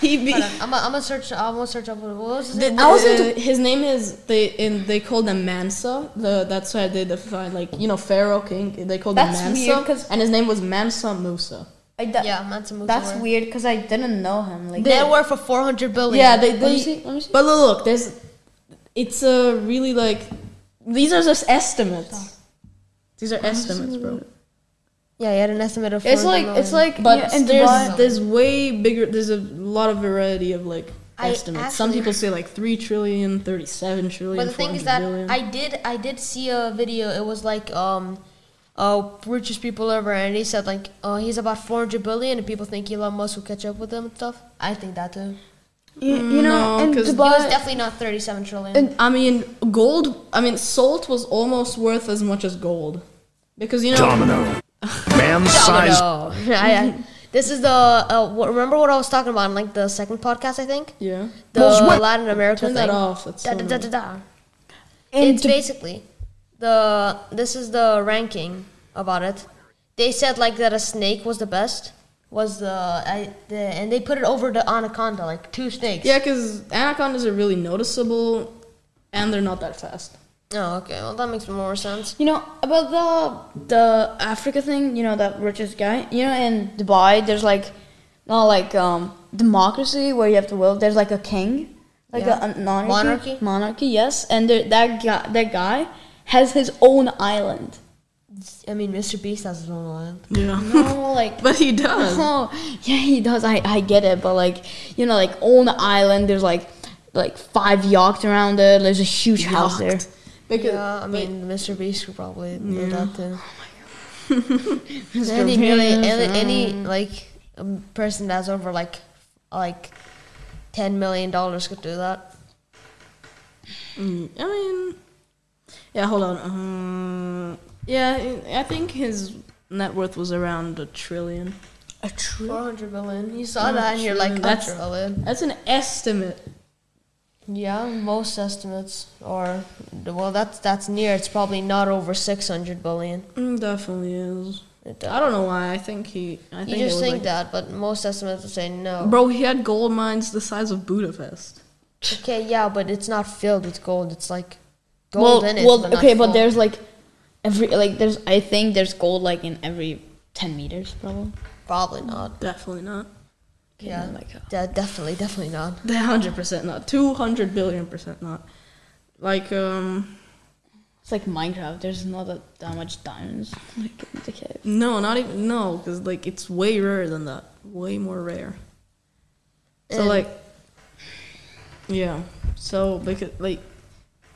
B: he be,
C: I'm gonna search. I'm gonna search up. What was his
B: the,
C: name?
B: the-
A: I was into-
B: uh, his name is they in they call them Mansa. The that's why they define like you know Pharaoh king. They call them
A: That's
B: Mansa,
A: weird 'cause-
B: and his name was Mansa Musa.
A: I, that,
C: Yeah, that's a movie.
A: that's weird because I didn't know him. Like,
C: Net worth of 400 billion.
B: Yeah, they,
A: Let me
B: they
A: see, let me see.
B: but look, look, there's it's a really like these are just estimates. These are estimates, bro.
C: yeah, he had an estimate of.
A: it's
C: 400
A: like
C: billion.
A: it's like
B: But
A: yeah, in
B: there's
A: Dubai-
B: there's way bigger. There's a lot of variety of like
C: I
B: estimates. Some
C: actually-
B: people say like 3 trillion, 37 trillion.
C: But the thing is
B: 400
C: that
B: billion.
C: I did I did see a video. It was like um, uh, richest people ever, and he said like uh, he's about 400 billion, and people think Elon Musk will catch up with him and stuff. I think that too.
A: you, you know
B: no,
A: in
B: 'cause- He
C: He was
A: Dubai-
C: definitely not 37 trillion.
B: And I mean, gold. I mean, salt was almost worth as much as gold, because you know.
D: Domino. Man
C: I
D: size.
C: don't know. I- I- this is the uh, wh- remember what I was talking about in like the second podcast, I think.
B: Yeah.
C: The Latin America
B: Turn
C: thing.
B: that off. That's
C: Da,
B: so
C: da, da,
B: annoying.
C: da, da.
A: in
C: it's basically the this is the ranking about it. They said like that a snake was the best was the, I, the and they put it over the anaconda like two snakes.
B: Yeah, because anacondas are really noticeable, and they're not that fast.
C: Oh, okay. Well, that makes more sense.
A: You know about the the Africa thing. You know that richest guy. You know in Dubai, there's like not like um democracy where you have to will. There's like a king, like
C: Yeah.
A: a, an monarchy.
C: Monarchy?
A: Monarchy, yes. And there, that guy, that guy has his own island.
C: I mean, Mr. Beast has his own island.
B: Yeah.
A: No, Oh, like.
B: but he does.
A: Oh, yeah, he does. I, I get it, but like, you know, like on the island, there's like, like five yachts around it. There's a huge house there.
B: Yacht. Because
C: Yeah, I mean, Mr. Beast could probably do that too.
B: Oh
A: Mr.
C: any really
A: Venus,
C: any,
A: uh,
C: any like um, person that's over like like ten million dollars could do that.
B: Mm, I mean, yeah. Hold on. Uh, yeah, I think his net worth was around a trillion.
C: A trillion. 400 billion. You saw that and you're like, a
B: That's-
C: trillion.
B: That's an estimate.
C: Yeah, most estimates are. Well, that's that's near. It's probably not over 600 billion.
B: Mm, definitely is.
C: It, uh,
B: I don't know why. I think he. I
C: You
B: think
C: just
B: it was
C: think
B: like,
C: that, but most estimates would say no.
B: Bro, he had gold mines the size of Budapest.
C: Okay, yeah, but it's not filled with gold. It's like gold in it. but not
A: okay, but
C: full.
A: there's like every like there's I think there's gold like in every ten meters probably.
C: probably not.
B: Definitely not.
C: Yeah,
A: like a-
C: yeah, definitely, definitely not.
B: hundred percent not. Two hundred billion percent not. Like um,
A: It's like Minecraft. There's not that, that much diamonds
C: Oh
A: like in the cave.
B: no, not even no, because like it's way rarer than that. Way more rare. So
C: And-
B: like, yeah. So because like,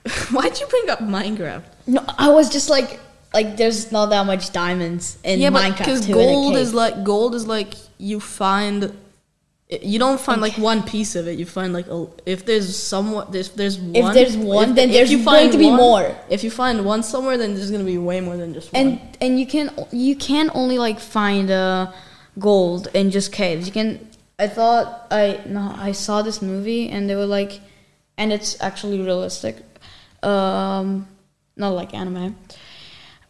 B: why'd you bring up Minecraft?
A: No, I was just like like there's not that much diamonds in
B: yeah, but
A: Minecraft too.
B: gold is like gold is like you find. You don't find like one piece of it. You find like a, if there's somewhat there's there's one.
A: there's one, then there's going to be
B: one-
A: more.
B: If you find one somewhere, then there's gonna be way more than just one.
A: and and you can you can only like find uh, gold in just caves. You can. I thought I no I saw this movie and they were like, and it's actually realistic, um, not like anime.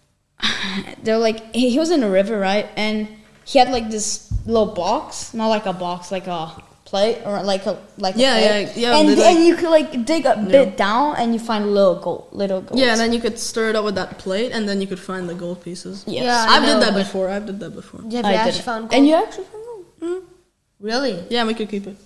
A: They're like he, he was in a river right, and he had like this little box, not like a box, like a plate or like a like
B: Yeah,
A: a
B: yeah,
A: plate.
B: yeah,
A: and
B: they,
A: then
B: like-
A: you could like dig a bit down and you find little gold, little gold.
B: Yeah, and then you could stir it up with that plate, and then you could find the gold pieces.
A: Yes.
C: Yeah, I
B: I've did
C: know,
B: that
C: but-
B: before. I've did that before.
C: Yeah, Have
A: I
C: you actually
A: didn't.
C: found gold?
A: and you actually found gold.
C: really?
B: Yeah, we could keep it,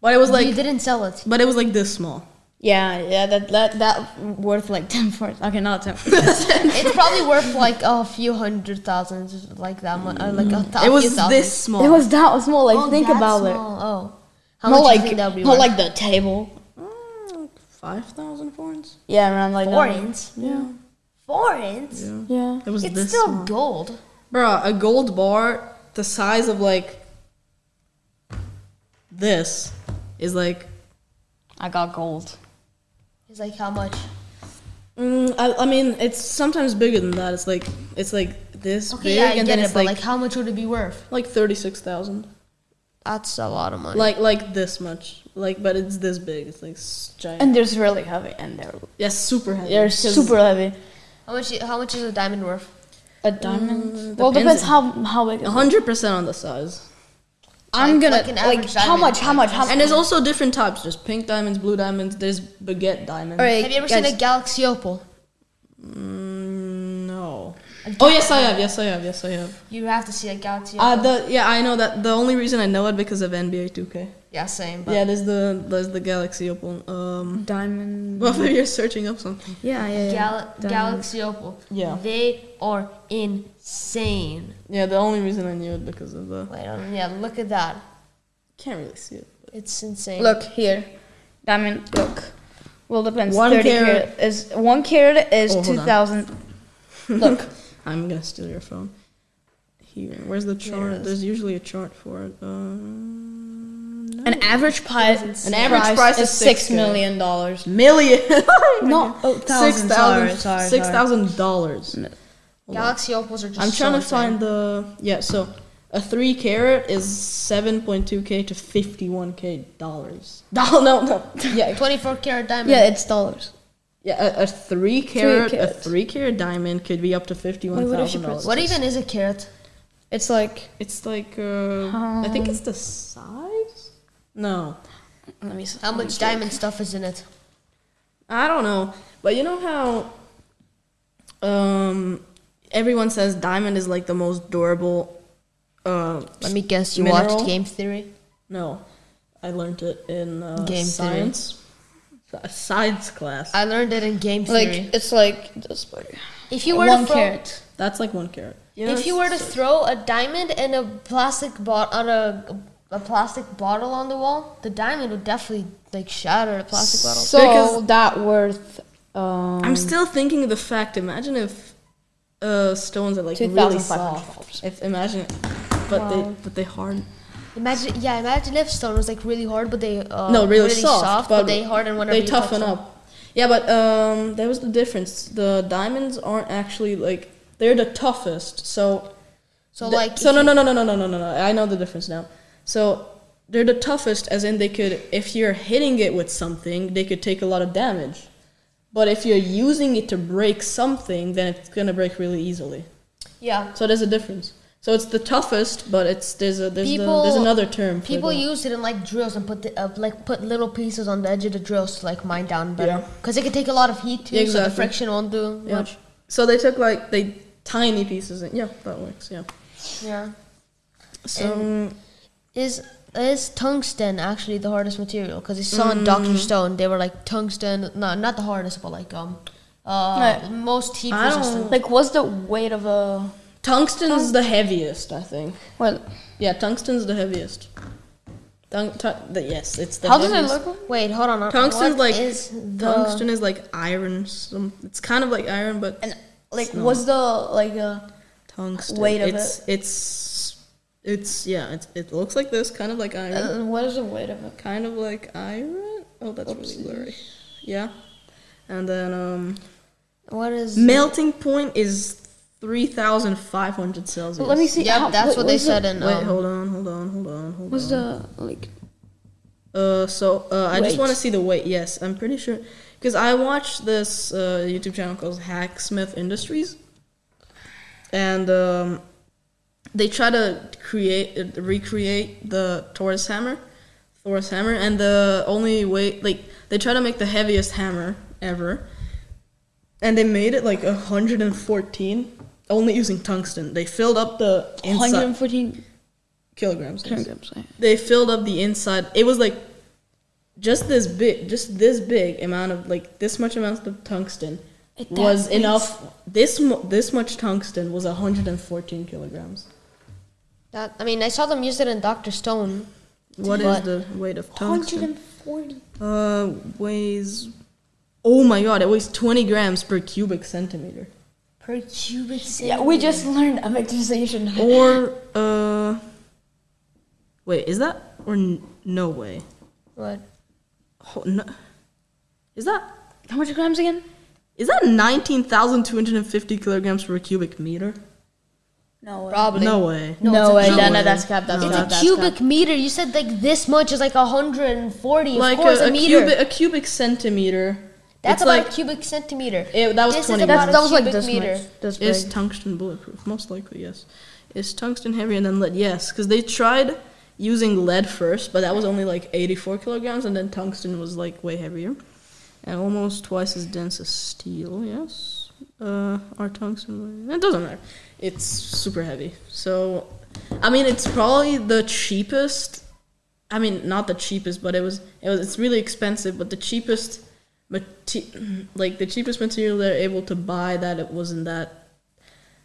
B: but it was like,
C: you didn't sell it.
B: but it was like this small.
A: Yeah, yeah, that that that worth like ten parts. Okay, not ten.
C: It's probably worth like a few hundred thousand, like that much, or like a thousand.
B: It was this small.
A: it was that small. Like
C: Oh,
A: think
C: that
A: about it.
C: small. Oh, how
A: not
C: much do
A: like
C: you think that would be
A: not
C: worth?
A: like the table.
B: Mm, five thousand forints.
A: Yeah, around like
C: four
A: that.
C: inch.
B: Yeah,
C: Four inch.
A: Yeah,
B: it was
C: It's
B: this
C: still
B: small.
C: gold.
B: Bruh, a gold bar the size of like this is like.
A: I got gold.
C: It's like how much?
B: Mm, I, I mean, it's sometimes bigger than that. It's like it's like this
C: Okay,
B: big,
C: yeah, I
B: and
C: get
B: then
C: it,
B: it's
C: but
B: like
C: like
B: like,
C: how much would it be worth?
B: thirty six thousand,
C: That's a lot of money.
B: like like this much, like but it's this big. It's like s- giant.
A: And there's really heavy, and they're
B: yeah, super heavy.
A: they're
B: 'cause
A: super heavy.
C: how much? How much is a diamond worth?
A: A diamond.
B: Mm,
A: well,
B: depends
A: depends how how big. it is.
B: hundred percent on the size.
A: I'm
C: Like-
A: gonna
C: like
A: like,
C: an average
A: how
C: diamond.
A: much? How much? How
B: And there's also different types. There's pink diamonds, blue diamonds. There's baguette diamonds.
A: Alright,
C: Have you ever
A: guys.
C: seen a galaxy opal?
B: Mm, no. Oh yes, I have. Yes, I have. Yes, I have.
C: You have to see a galaxy opal.
B: Uh, the yeah, I know that. The only reason I know it because of NBA 2K.
C: yeah, same. But
B: Yeah, there's the there's the Galaxy Opal. Um,
A: diamond.
B: well, maybe you're searching up something.
A: Yeah, yeah, yeah.
C: Gal-
A: Diamond.
C: Galaxy Opal.
B: Yeah.
C: They are insane.
B: Yeah, the only reason I knew it because of the
C: Wait, um, yeah, look at that.
B: can't really see it. but-
C: It's insane.
A: Look here, diamond. Look. Well, depends.
B: One
A: Thirty
B: carat.
A: carat is one carat is
B: Oh, hold on.
A: two thousand. Look.
B: I'm gonna steal your phone. Here, where's the chart?
C: it is.
B: there's usually a chart for it. Um, no.
A: An average price.
C: An
B: average price is
A: six
B: $6
A: million dollars.
B: Million.
A: Not oh,
B: Six
A: thousand. Sorry, sorry,
B: thousand. Six
A: sorry.
B: thousand dollars.
C: Galaxy Opals are just.
B: I'm trying
C: so
B: to find
C: insane.
B: the yeah. So a three carat is seven point two k to fifty one k dollars. No, no, no. Yeah,
C: 24 karat diamond.
A: Yeah, it's dollars.
B: yeah. A, a three carat, a
A: carats.
B: three carat diamond could be up to fifty one
A: what if she
B: thousand
A: puts-
B: dollars.
C: What even is a carat?
A: It's like
B: It's like uh, I think it's the
C: Um.
B: size. No,
A: let me. s-
C: How much diamond stuff is in it?
B: I don't know. But you know how um, everyone says diamond is like the most durable. Uh,
C: Let me guess. You
B: Mineral?
C: watched Game Theory.
B: no, I learned it in uh,
C: Game theory.
B: science. Sci- Science class.
C: I learned it in Game
A: Like
C: Theory.
A: it's like this big.
C: if you were to
A: one
C: throw,
A: carat.
B: That's like one carat.
C: if you were to throw a diamond and a plastic bot on a a plastic bottle on the wall, the diamond would definitely like shatter the plastic bottle.
A: So
B: Because-
A: that worth. Um,
B: I'm still thinking of the fact. Imagine if uh, stones are like really soft.
A: $2,500.
B: If imagine, but they but they hard.
C: Imagine, yeah, imagine if stone was like really hard, but they uh,
B: no, really, soft,
C: but, they harden whenever
B: they
C: you
B: toughen
C: touch them.
B: up. Yeah, but um, that was the difference. The diamonds aren't actually like they're the toughest. So
C: So
B: The-
C: like
B: so
C: if
B: no
C: you-
B: no no no no no no no no. I know the difference now. So they're the toughest, as in they could if you're hitting it with something, they could take a lot of damage. But if you're using it to break something, then it's gonna break really easily.
C: yeah.
B: So there's a difference. So it's the toughest, but it's there's a there's, the, there's another term. For
C: People
B: the-
C: use it in like drills and put the, uh, like put little pieces on the edge of the drills to like mine down better
B: Yeah.
C: because it can take a lot of heat too,
B: Yeah,
C: so the
B: exactly.
C: friction won't do
B: yeah.
C: much.
B: So they took like they tiny pieces. And, yeah, that works. Yeah.
C: Yeah.
B: So
C: Is is tungsten actually the hardest material? Because I saw
B: Mm.
C: in Doctor Stone they were like tungsten, no, not the hardest, but like um, uh,
A: No.
C: most heat
B: I don't-
C: resistant.
A: Like, what's the weight of a
B: tungsten's the heaviest, I think.
A: well?
B: Yeah, tungsten's the heaviest. Tung, tu- the, yes, it's the
A: How does
B: heaviest.
A: it look?
C: Wait, hold on. uh,
B: Tungsten's
C: what
B: like
C: is the-
B: tungsten is like iron. Some it's kind of like iron, but
A: And like,
B: It's not.
A: what's the like? Uh,
B: tungsten.
A: weight of
B: it's, It's it's yeah. It's, it looks like this, kind of like iron,
A: uh, what is the weight of it?
B: kind of like iron. Oh, that's really blurry. Yeah, and then um,
C: What is?
B: melting point is three thousand five hundred Celsius.
A: Let me see.
C: Yep,
A: how-
C: that's
A: wait,
C: what they
A: what's the-
C: said in.
B: Wait,
C: um,
B: hold on, hold on, hold on, hold
A: What's
B: on.
A: the like?
B: Uh, so uh, I just
A: Wait.
B: want to see the weight. Yes, I'm pretty sure because I watched this uh, YouTube channel called Hacksmith Industries, and um, they try to create uh, recreate the Taurus hammer, Thor's hammer, and the only way like they try to make the heaviest hammer ever, and they made it like 114 only using tungsten. They filled up the inside
A: 114
B: kilograms. yes
A: kilograms. yeah.
B: they filled up the inside. It was like just this big, just this big amount of like this much amount of tungsten
A: It- that
B: was
A: means-
B: enough. This mu- this much tungsten was 114 kilograms.
C: That, I mean, I saw them use it in Doctor Stone.
B: What is
C: What?
B: the weight of tungsten?
A: 140.
B: Uh, weighs. Oh my god! It weighs 20 grams per cubic centimeter,
C: Per cubic
A: Yeah, we just learned a victimization.
B: or uh. Wait, is that or n- no way?
C: What?
B: Oh, no. Is that
A: How much grams again?
B: Is that 19,250 kilograms per cubic meter?
A: No way.
C: Probably.
B: No way.
A: No,
C: it's a
A: way.
C: cubic.
A: No, no, that's cap. That's
C: It's
A: cap.
C: a
A: that's
C: cubic
A: cap.
C: meter. You said like this much is like 140.
B: Like
C: of course,
B: a,
C: a,
B: a,
C: meter.
B: cubic, a cubic centimeter.
C: that's
B: it's
C: about
B: like
C: a cubic centimeter.
B: It- that was
C: this
B: 20
C: Is about
B: grams.
C: a
A: That was like
C: cubic
A: this
C: meter.
A: much. This
B: is
A: big.
B: tungsten bulletproof? Most likely, yes. Is tungsten heavy? And then lead? Yes, because they tried using lead first, but that was only like 84 kilograms, and then tungsten was like way heavier, and almost twice as dense as steel. Yes, uh, our tungsten. It doesn't matter. It's super heavy. So, I mean, it's probably the cheapest. I mean, not the cheapest, but it was. It was. It's really expensive, but the cheapest. Mate- like the cheapest material they're able to buy that it wasn't that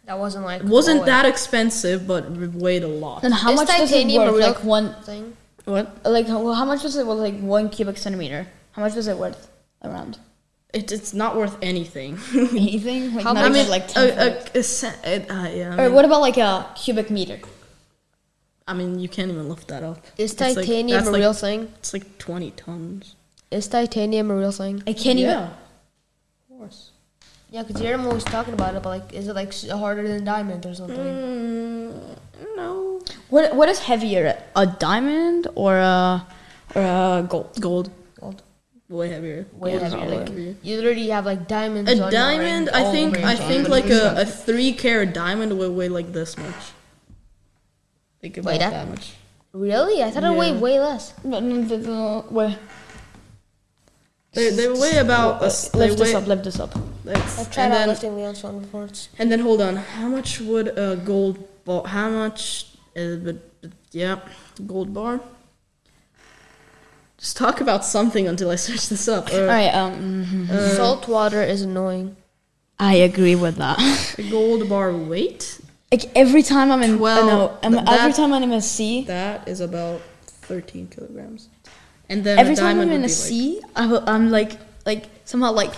C: That wasn't like.
B: it wasn't
C: oh,
B: that expensive, but re- weighed a lot.
A: Then how
C: Is
A: much does it
C: titanium a
A: worth?
C: real
A: Like one,
C: Thing.
B: What?
A: like how how much does it worth? Like one cubic centimeter. How much does it worth around?
B: It, it's not worth anything.
A: Anything? Like,
C: How
A: not
C: much-
B: I
A: even,
B: mean,
A: like
B: like
A: ten.
B: a,
A: foot.
B: a, a cent, it, uh, yeah. I
A: or
B: mean,
A: what about like a cubic meter?
B: I mean, you can't even lift that up.
C: Is
B: It's like-
C: titanium
B: that's
C: a
B: like-
C: real thing?
B: It's like twenty tons.
C: Is titanium a real thing?
A: I can't even.
B: Of course.
C: Yeah, because Jeremy was talking about it, but like, is it like s- harder than diamond or something?
B: Mm, no.
A: What what is heavier, a diamond or a or a gold?
B: Gold.
C: Gold.
B: Way heavier.
C: Way
B: Gold is
C: heavier,
B: way
C: like-
B: heavier.
C: You literally have like diamonds.
B: A
C: on your
B: diamond,
C: ring,
B: I
A: Oh,
C: all
B: think.
C: rings
B: I
C: on
B: think
C: your
B: like
C: ring.
B: a, a three carat diamond would weigh like this much. Think about
C: that-
B: that, much.
C: Really? I thought it weighed
B: Yeah.
C: way less.
A: No, no, no, no, Wait,
B: They, they weigh about. a s- they
A: uh, lift this
B: weigh-
A: up. Lift this up.
B: that's-
C: I've tried
B: and
C: out
B: then
C: lifting Leon's one before. It's
B: And then hold on, how much would a gold bar? How much? Uh, but, but yeah, gold bar. Just talk about something until I search this up. Uh,
A: All right. Um, mhm.
C: Salt water is annoying.
A: I agree with that.
B: a gold bar weight.
A: Like every time I'm in, well,
B: Well,
A: no, I'm,
B: th-
A: every
B: that-
A: time I'm in a sea,
B: That is about thirteen kilograms. And then
A: every
B: a
A: time
B: diamond
A: I'm in
B: would
A: a
B: be like,
A: sea, I will- I'm like, like somehow like,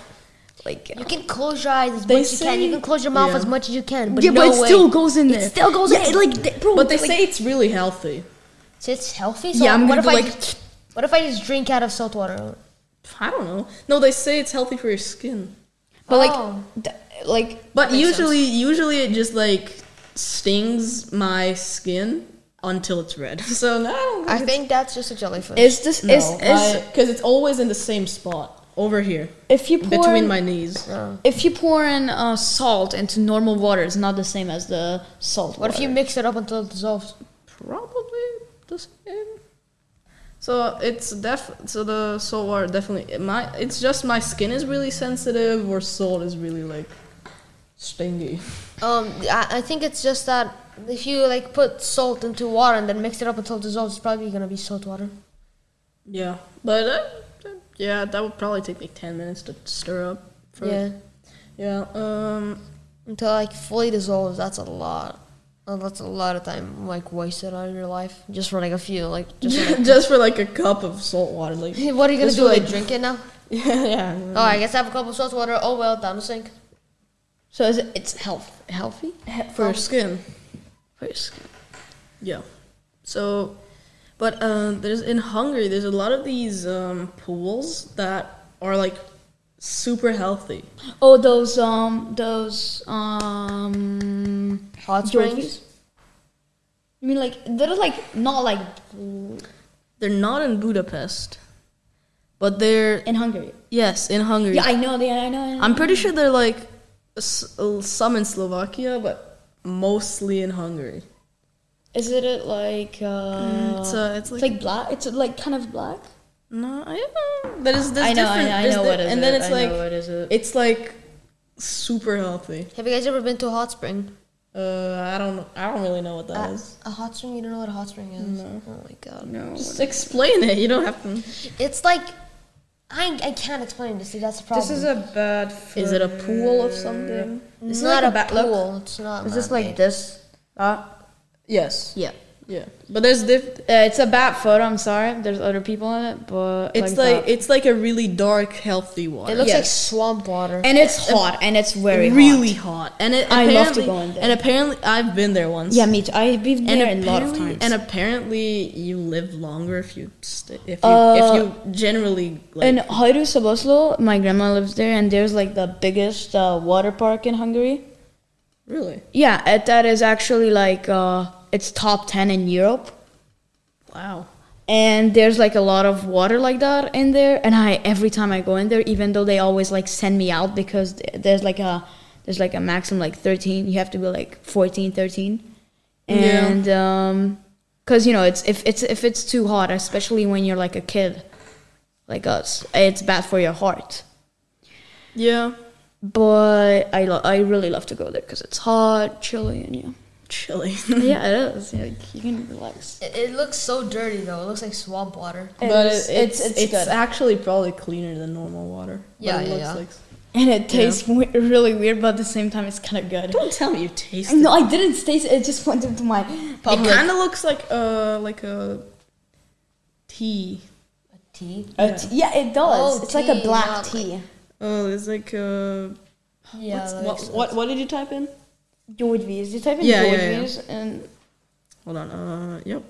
A: like.
C: You can close your eyes as
A: They
C: much as you can. You
A: say-
C: can close your mouth
B: Yeah.
C: as much as you can, but
A: yeah,
C: no
A: but it
C: way.
A: still goes in there.
C: still goes
A: yeah,
C: in.
A: it, like, th- bro,
B: But they
A: like-
B: say it's really healthy.
C: So it's healthy. So
A: yeah, I'm
C: what
A: gonna
C: if
A: be
C: I?
A: like,
C: what if I just drink out of salt water?
B: I don't know. No, they say it's healthy for your skin.
A: but like,
C: Oh.
A: d- like
B: But
C: Makes
B: usually, usually it just like stings my skin until it's red. So now I don't
C: I think that's just a jellyfish.
E: Is this
B: No,
E: is, is
B: because it's always in the same spot over here
A: If you pour
B: between my knees.
A: if you pour in uh, salt into normal water, it's not the same as the salt.
C: what if you mix it up until it dissolves?
B: Probably the same. So it's def so the salt water definitely my it's just my skin is really sensitive or salt is really like stingy.
C: Um, I, I think it's just that if you like put salt into water and then mix it up until it dissolves, it's probably gonna be salt water.
B: Yeah, but uh, yeah, that would probably take me ten minutes to stir up. For,
C: Yeah,
B: yeah. Um,
C: until like fully dissolves. That's a lot. Uh, that's a lot of time like wasted on your life just for like a few like just. For, like,
B: just for like a cup of salt water, like yeah,
C: What are you gonna
B: Just
C: do?
B: for,
C: Like
B: like-
C: drink it now?
B: yeah.
C: Oh, I guess I have a cup of salt water. Oh well, down the sink.
A: So is it, it's health healthy?
B: For your skin.
A: For your skin.
B: Yeah. So, but uh, there's in Hungary, there's a lot of these um, pools that are like super healthy.
A: Oh, those um those um
C: Hot
A: Georgies?
C: springs.
A: I mean like they're like not like
B: They're not in Budapest, but they're
A: in Hungary.
B: yes in Hungary.
A: Yeah, I know. Yeah, I know. I know.
B: I'm pretty sure they're like s- some in Slovakia, but mostly in Hungary.
A: Is it uh, like uh,
B: it's, uh, it's
A: it's
B: like,
A: like black? It's uh, like kind of black.
B: no, I don't know. That is this
A: I know, I
B: different.
A: know, I
B: there's
A: know
B: the-
A: what is
B: and then
A: it,
B: it's
A: I
B: like
A: know what is it.
B: it's like super healthy.
C: Have you guys ever been to a hot spring?
B: Uh, I don't I don't really know what
A: Uh,
B: that is.
C: Uh, A hot spring? You don't know what a hot spring is? Oh my god. No.
B: Just explain it. You don't have to.
C: It's like I, I can't explain this. See, that's the problem.
E: this is a bad? For,
B: Is it a pool of something?
A: Mm.
C: it's
E: like
C: not
E: a
C: a,
E: bat- look.
C: pool. It's not.
E: Is this like
C: man-made.
E: this? Uh,
B: Yes.
A: Yeah.
B: Yeah. But there's diff.
E: Uh, it's a bad photo. I'm sorry. There's other people in it, but
B: It's
E: that.
B: like, it's like a really dark, healthy water.
C: It looks like
E: Yes.
C: swamp water.
A: And it's hot and it's very
B: really hot. And it
A: I love to
B: apparently-
A: go in there.
B: And apparently, I've been there once.
A: Yeah, me too. I've been
B: And
A: there a lot of times.
B: apparently- And apparently, you live longer if you st- if you if
A: Uh,
B: you generally like.
A: In Hoyru Saboslo, my grandma lives there, and there's like the biggest uh, water park in Hungary.
B: really?
A: Yeah, it, that is actually like uh, it's top ten in Europe,
B: Wow.
A: and there's like a lot of water like that in there. And I every time I go in there, even though they always like send me out because th- there's like a there's like a maximum like thirteen. You have to be like 14, 13.
B: Yeah.
A: and um 'cause because you know it's if it's if it's too hot, especially when you're like a kid, like us, it's bad for your heart.
B: Yeah.
A: But I lo- I really love to go there because it's hot, chilly, and yeah.
B: Chilly.
A: yeah, it is. Yeah, like, you can relax.
C: it, it looks so dirty though. It looks like swamp water.
B: but it's it's,
A: it's, good.
B: actually probably cleaner than normal water. but
C: Yeah,
B: it
C: yeah,
B: looks
C: yeah.
B: like.
A: and it tastes we- really weird, but at the same time, it's kind of good.
B: Don't tell me you taste it.
A: No, I didn't taste it. It just went into my
B: It
A: public.
B: kind of looks like a like a tea.
C: Tea.
A: Uh, t- yeah, it does.
C: Oh,
A: it's like a
C: tea,
A: black
C: not
A: tea.
B: Oh, it's like uh,
C: Yeah.
B: what's-
C: that
B: what,
C: makes
B: what what did you type in?
A: Georgies. You type in
B: Yeah,
A: yeah,
B: yeah, yeah.
A: and
B: Hold on. Uh, yep.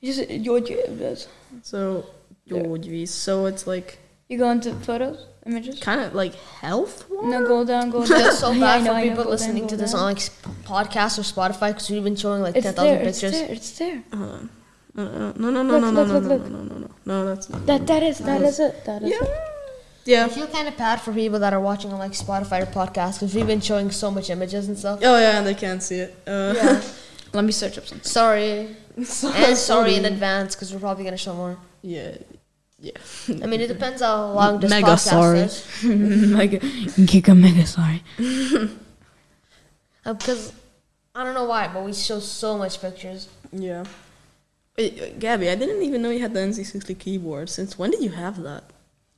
A: you just Georgies.
B: So Georgies. So it's like
A: You go into photos, images.
B: kind of like health water.
A: No, go down, go
C: I
A: down.
C: feel so
A: Yeah, I
C: bad
A: know, I
C: for
A: know,
C: people
A: go down,
C: listening
A: go
C: to this
A: down.
C: on like sp- podcast or Spotify because we've been showing like
A: It's
C: ten thousand
A: there, it's
C: pictures.
A: there, It's there.
B: No, Uh, no, no, no,
A: Look,
B: no, no,
A: look,
B: no,
A: look,
B: no,
A: look.
B: no, no, no, no. That's not.
A: That that is that is it. That is
B: Yeah.
A: it.
C: I
B: Yeah.
C: feel kind of bad for people that are watching on like Spotify or podcast because we've been showing so much images and stuff.
B: Oh yeah, and they can't see it. Uh,
C: Yeah.
A: Let me search up something.
C: sorry.
B: so-
C: And sorry in advance because we're probably gonna show more.
B: Yeah. Yeah.
C: I mean, it depends how long this
B: Mega
C: podcast
B: sorry.
C: is.
A: mega, giga mega sorry.
C: Because Uh, I don't know why, but we show so much pictures.
B: Yeah. Wait, uh, Gabby, I didn't even know you had the NC60 keyboard. Since when did you have that?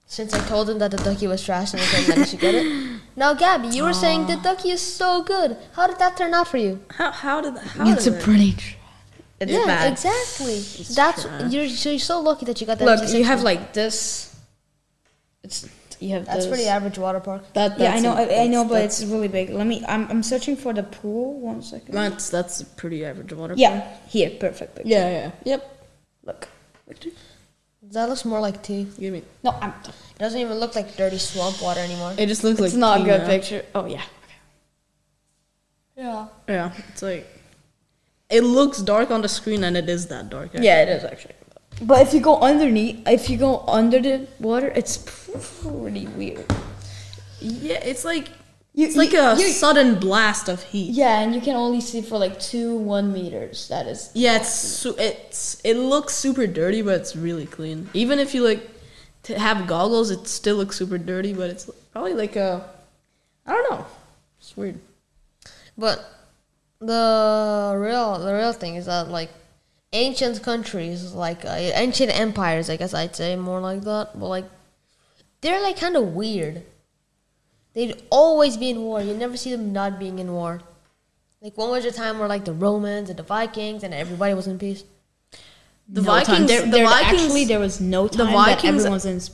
C: Since I told him that the ducky was trash and I told him that he should get it. Now, Gabby, you were saying the ducky is so good. How did that turn out for you?
B: How how did that? How
A: It's a
B: did that-
A: pretty.
E: it's
C: yeah,
E: bad.
C: exactly. That's you're, so you're so lucky that you got that.
A: Look,
C: NC60.
A: you have like this. It's you have
C: that's
A: this.
C: pretty average water park.
B: That,
A: yeah, I
B: that's
A: know,
B: a-
A: I, I know,
B: that's-
A: but it's really big. Let me. I'm I'm searching for the pool. One second.
B: That's that's a pretty average water.
A: yeah, here, perfect. picture.
B: Yeah, yeah. Yep.
A: Look.
C: That looks more like tea.
B: Give me.
A: No, I'm.
C: It doesn't even look like dirty swamp water anymore.
B: It just looks
A: It's
B: like
A: not a
B: tea
A: good
B: now.
A: picture. Oh yeah.
C: Yeah.
B: Yeah, it's like it looks dark on the screen, and it is that dark. actually.
A: Yeah, it is actually. But if you go underneath, if you go under the water, it's pretty weird.
B: yeah, it's like
A: You-
B: it's like
A: you-
B: a
A: you-
B: sudden blast of heat.
A: Yeah, and you can only see for like two one meters. That is.
B: Yeah, it's su- it's it looks super dirty, but it's really clean. Even if you like t- have goggles, it still looks super dirty, but it's probably like a I don't know. It's weird.
C: But the real the real thing is that like ancient countries, like uh, ancient empires, I guess I'd say more like that. But like they're like kind of weird. They'd always be in war. You never see them not being in war. Like when was a time where like the Romans and the Vikings and everybody was in peace?
B: The Vikings,
A: There,
B: the
A: there
B: Vikings,
A: actually there was no time that
B: Vikings-
A: everyone's in. s-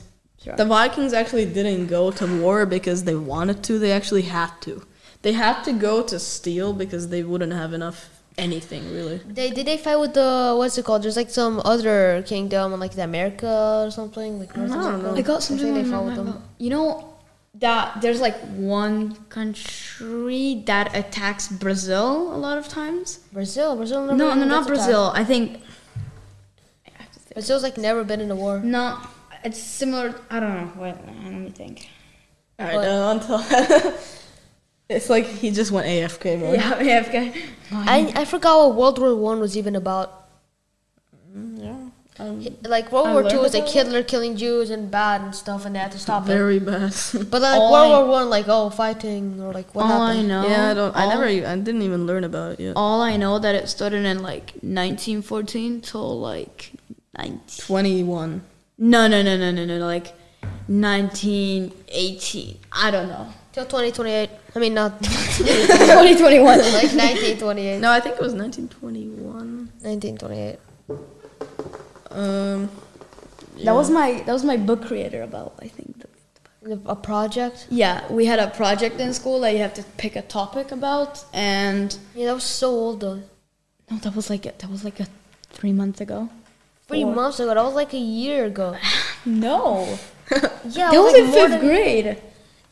B: the Vikings actually didn't go to war because they wanted to. They actually had to. They had to go to steal because they wouldn't have enough anything really.
C: They did they fight with the what's it called? There's like some other kingdom in like the America or something. Like North
B: don't
C: America?
B: know.
A: I got
C: think
A: something.
C: they
A: on my
C: fought with
A: mind.
C: them.
A: You know that there's like one country that attacks Brazil a lot of times.
C: Brazil, Brazil. Never
A: No,
C: even
A: no, not
C: gets attacked.
A: Brazil. I think
C: Brazil's like never been in a war.
A: no. It's similar. I don't know. Wait, let me think.
B: All right, uh, until it's like he just went AFK, bro.
A: Yeah, yeah, okay.
C: I, I forgot what World War One was even about.
A: Mm, Um,
C: Yeah. like World War Two was like Hitler killing Jews and bad and stuff, and they had to stop it.
B: Very bad.
C: But like
A: All
C: World
A: I-
C: War One, like oh fighting or like what
A: All I
C: happened.
A: know.
B: yeah, I don't. I
A: all-
B: never. e- I didn't even learn about it yet.
A: All I know that it started in like 1914 till like 19.
B: Twenty-one.
A: No, no, no, no, no, no. Like 1918. I don't know.
C: Till twenty twenty eight. I mean not
A: 2021.
C: like nineteen twenty eight.
B: No, I think it was nineteen twenty-one.
C: Nineteen twenty eight.
B: Um,
A: That was my that was my book creator about. I think.
C: A project.
A: Yeah, we had a project in school that you have to pick a topic about, and
C: Yeah, that was so old though.
A: no, that was like a, that was like a three months ago.
C: Three
A: Four.
C: months ago. That was like a year ago.
A: No,
C: Yeah,
A: that was
C: like
A: in
C: more
A: fifth
C: than-
A: grade.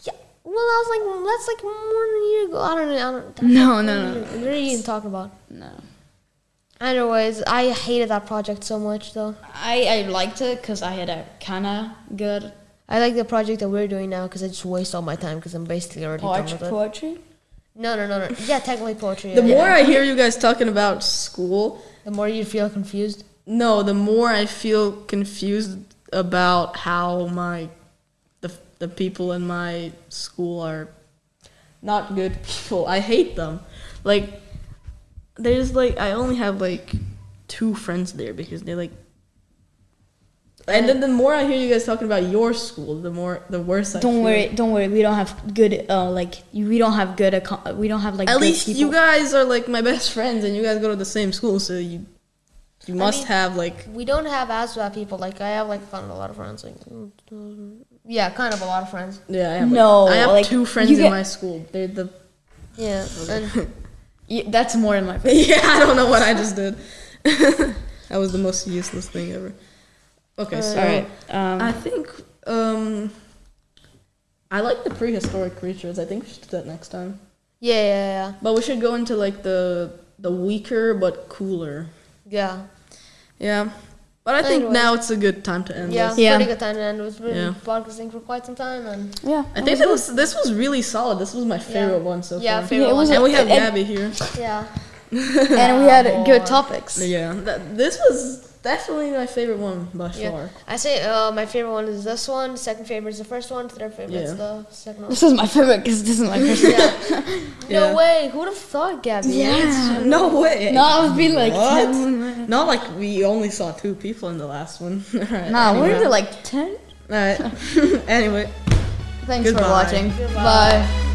C: Yeah. Well, I was like, that's like more than a year ago. I don't know. I don't.
A: No, no, no,
C: What are you even talking about?
A: no.
C: Anyways, I hated that project so much though.
A: I I liked it because I had a kinda good
C: I like the project that we're doing now because I just waste all my time because I'm basically already
A: poetry.
C: done with it.
A: poetry.
C: No, no, no, no. Yeah, technically poetry.
B: the
C: yeah.
B: more I hear you guys talking about school,
C: the more you feel confused.
B: no, the more I feel confused about how my the the people in my school are not good people. I hate them. Like there's like I only have like two friends there because they like and then the more I hear you guys talking about your school, the more the worse I
A: Don't
B: feel.
A: worry, don't worry. We don't have good uh like you- we don't have good acco- we don't have like
B: At
A: good
B: least
A: people.
B: you guys are like my best friends and you guys go to the same school, so you you must
C: mean-
B: have like
C: We don't have as bad people. Like I have like kind of a lot of friends. Like, mm, mm, yeah, kind of a lot of friends.
B: yeah, I have like-
A: No,
B: I have
A: like,
B: two friends
A: you
B: in
A: get-
B: my school. They're the
C: Yeah, and
A: Yeah, that's more in my
B: Yeah, I don't know what I just did. that was the most useless thing ever. Okay, so
A: Um,
B: Uh, I think um I like the prehistoric creatures. I think we should do that next time.
C: yeah, yeah, yeah,
B: But we should go into like the the weaker but cooler.
C: yeah.
B: Yeah. But I think
C: Anyways.
B: now it's a good time to end
C: Yeah,
B: this.
C: yeah.
A: Yeah.
C: pretty good time, and we've been
B: Yeah.
C: podcasting for quite some time, and
A: yeah.
B: I think that was this was really solid. This was my favorite one so
C: yeah,
B: far.
C: favorite
A: it was
C: one.
B: And we have
A: And-
B: Gabby here.
C: yeah,
A: and we had
C: Lord.
A: good topics.
B: Yeah. That, this was definitely my favorite one by
C: yeah.
B: far.
C: I say uh, my favorite one is this one. Second favorite is the first one. Third favorite
B: Yeah.
C: is the second one.
A: This is my favorite because this is my first.
C: yeah.
B: Yeah.
C: No way. Who'd have thought, Gabby?
A: Yeah.
B: No way.
A: No, I would be like,
B: What?
A: ten.
B: Not like we only saw two people in the last one. Alright,
A: nah, we're
B: anyway.
A: like ten.
B: Alright. anyway.
A: Thanks
B: Goodbye.
A: for watching.
C: Goodbye.
A: Bye.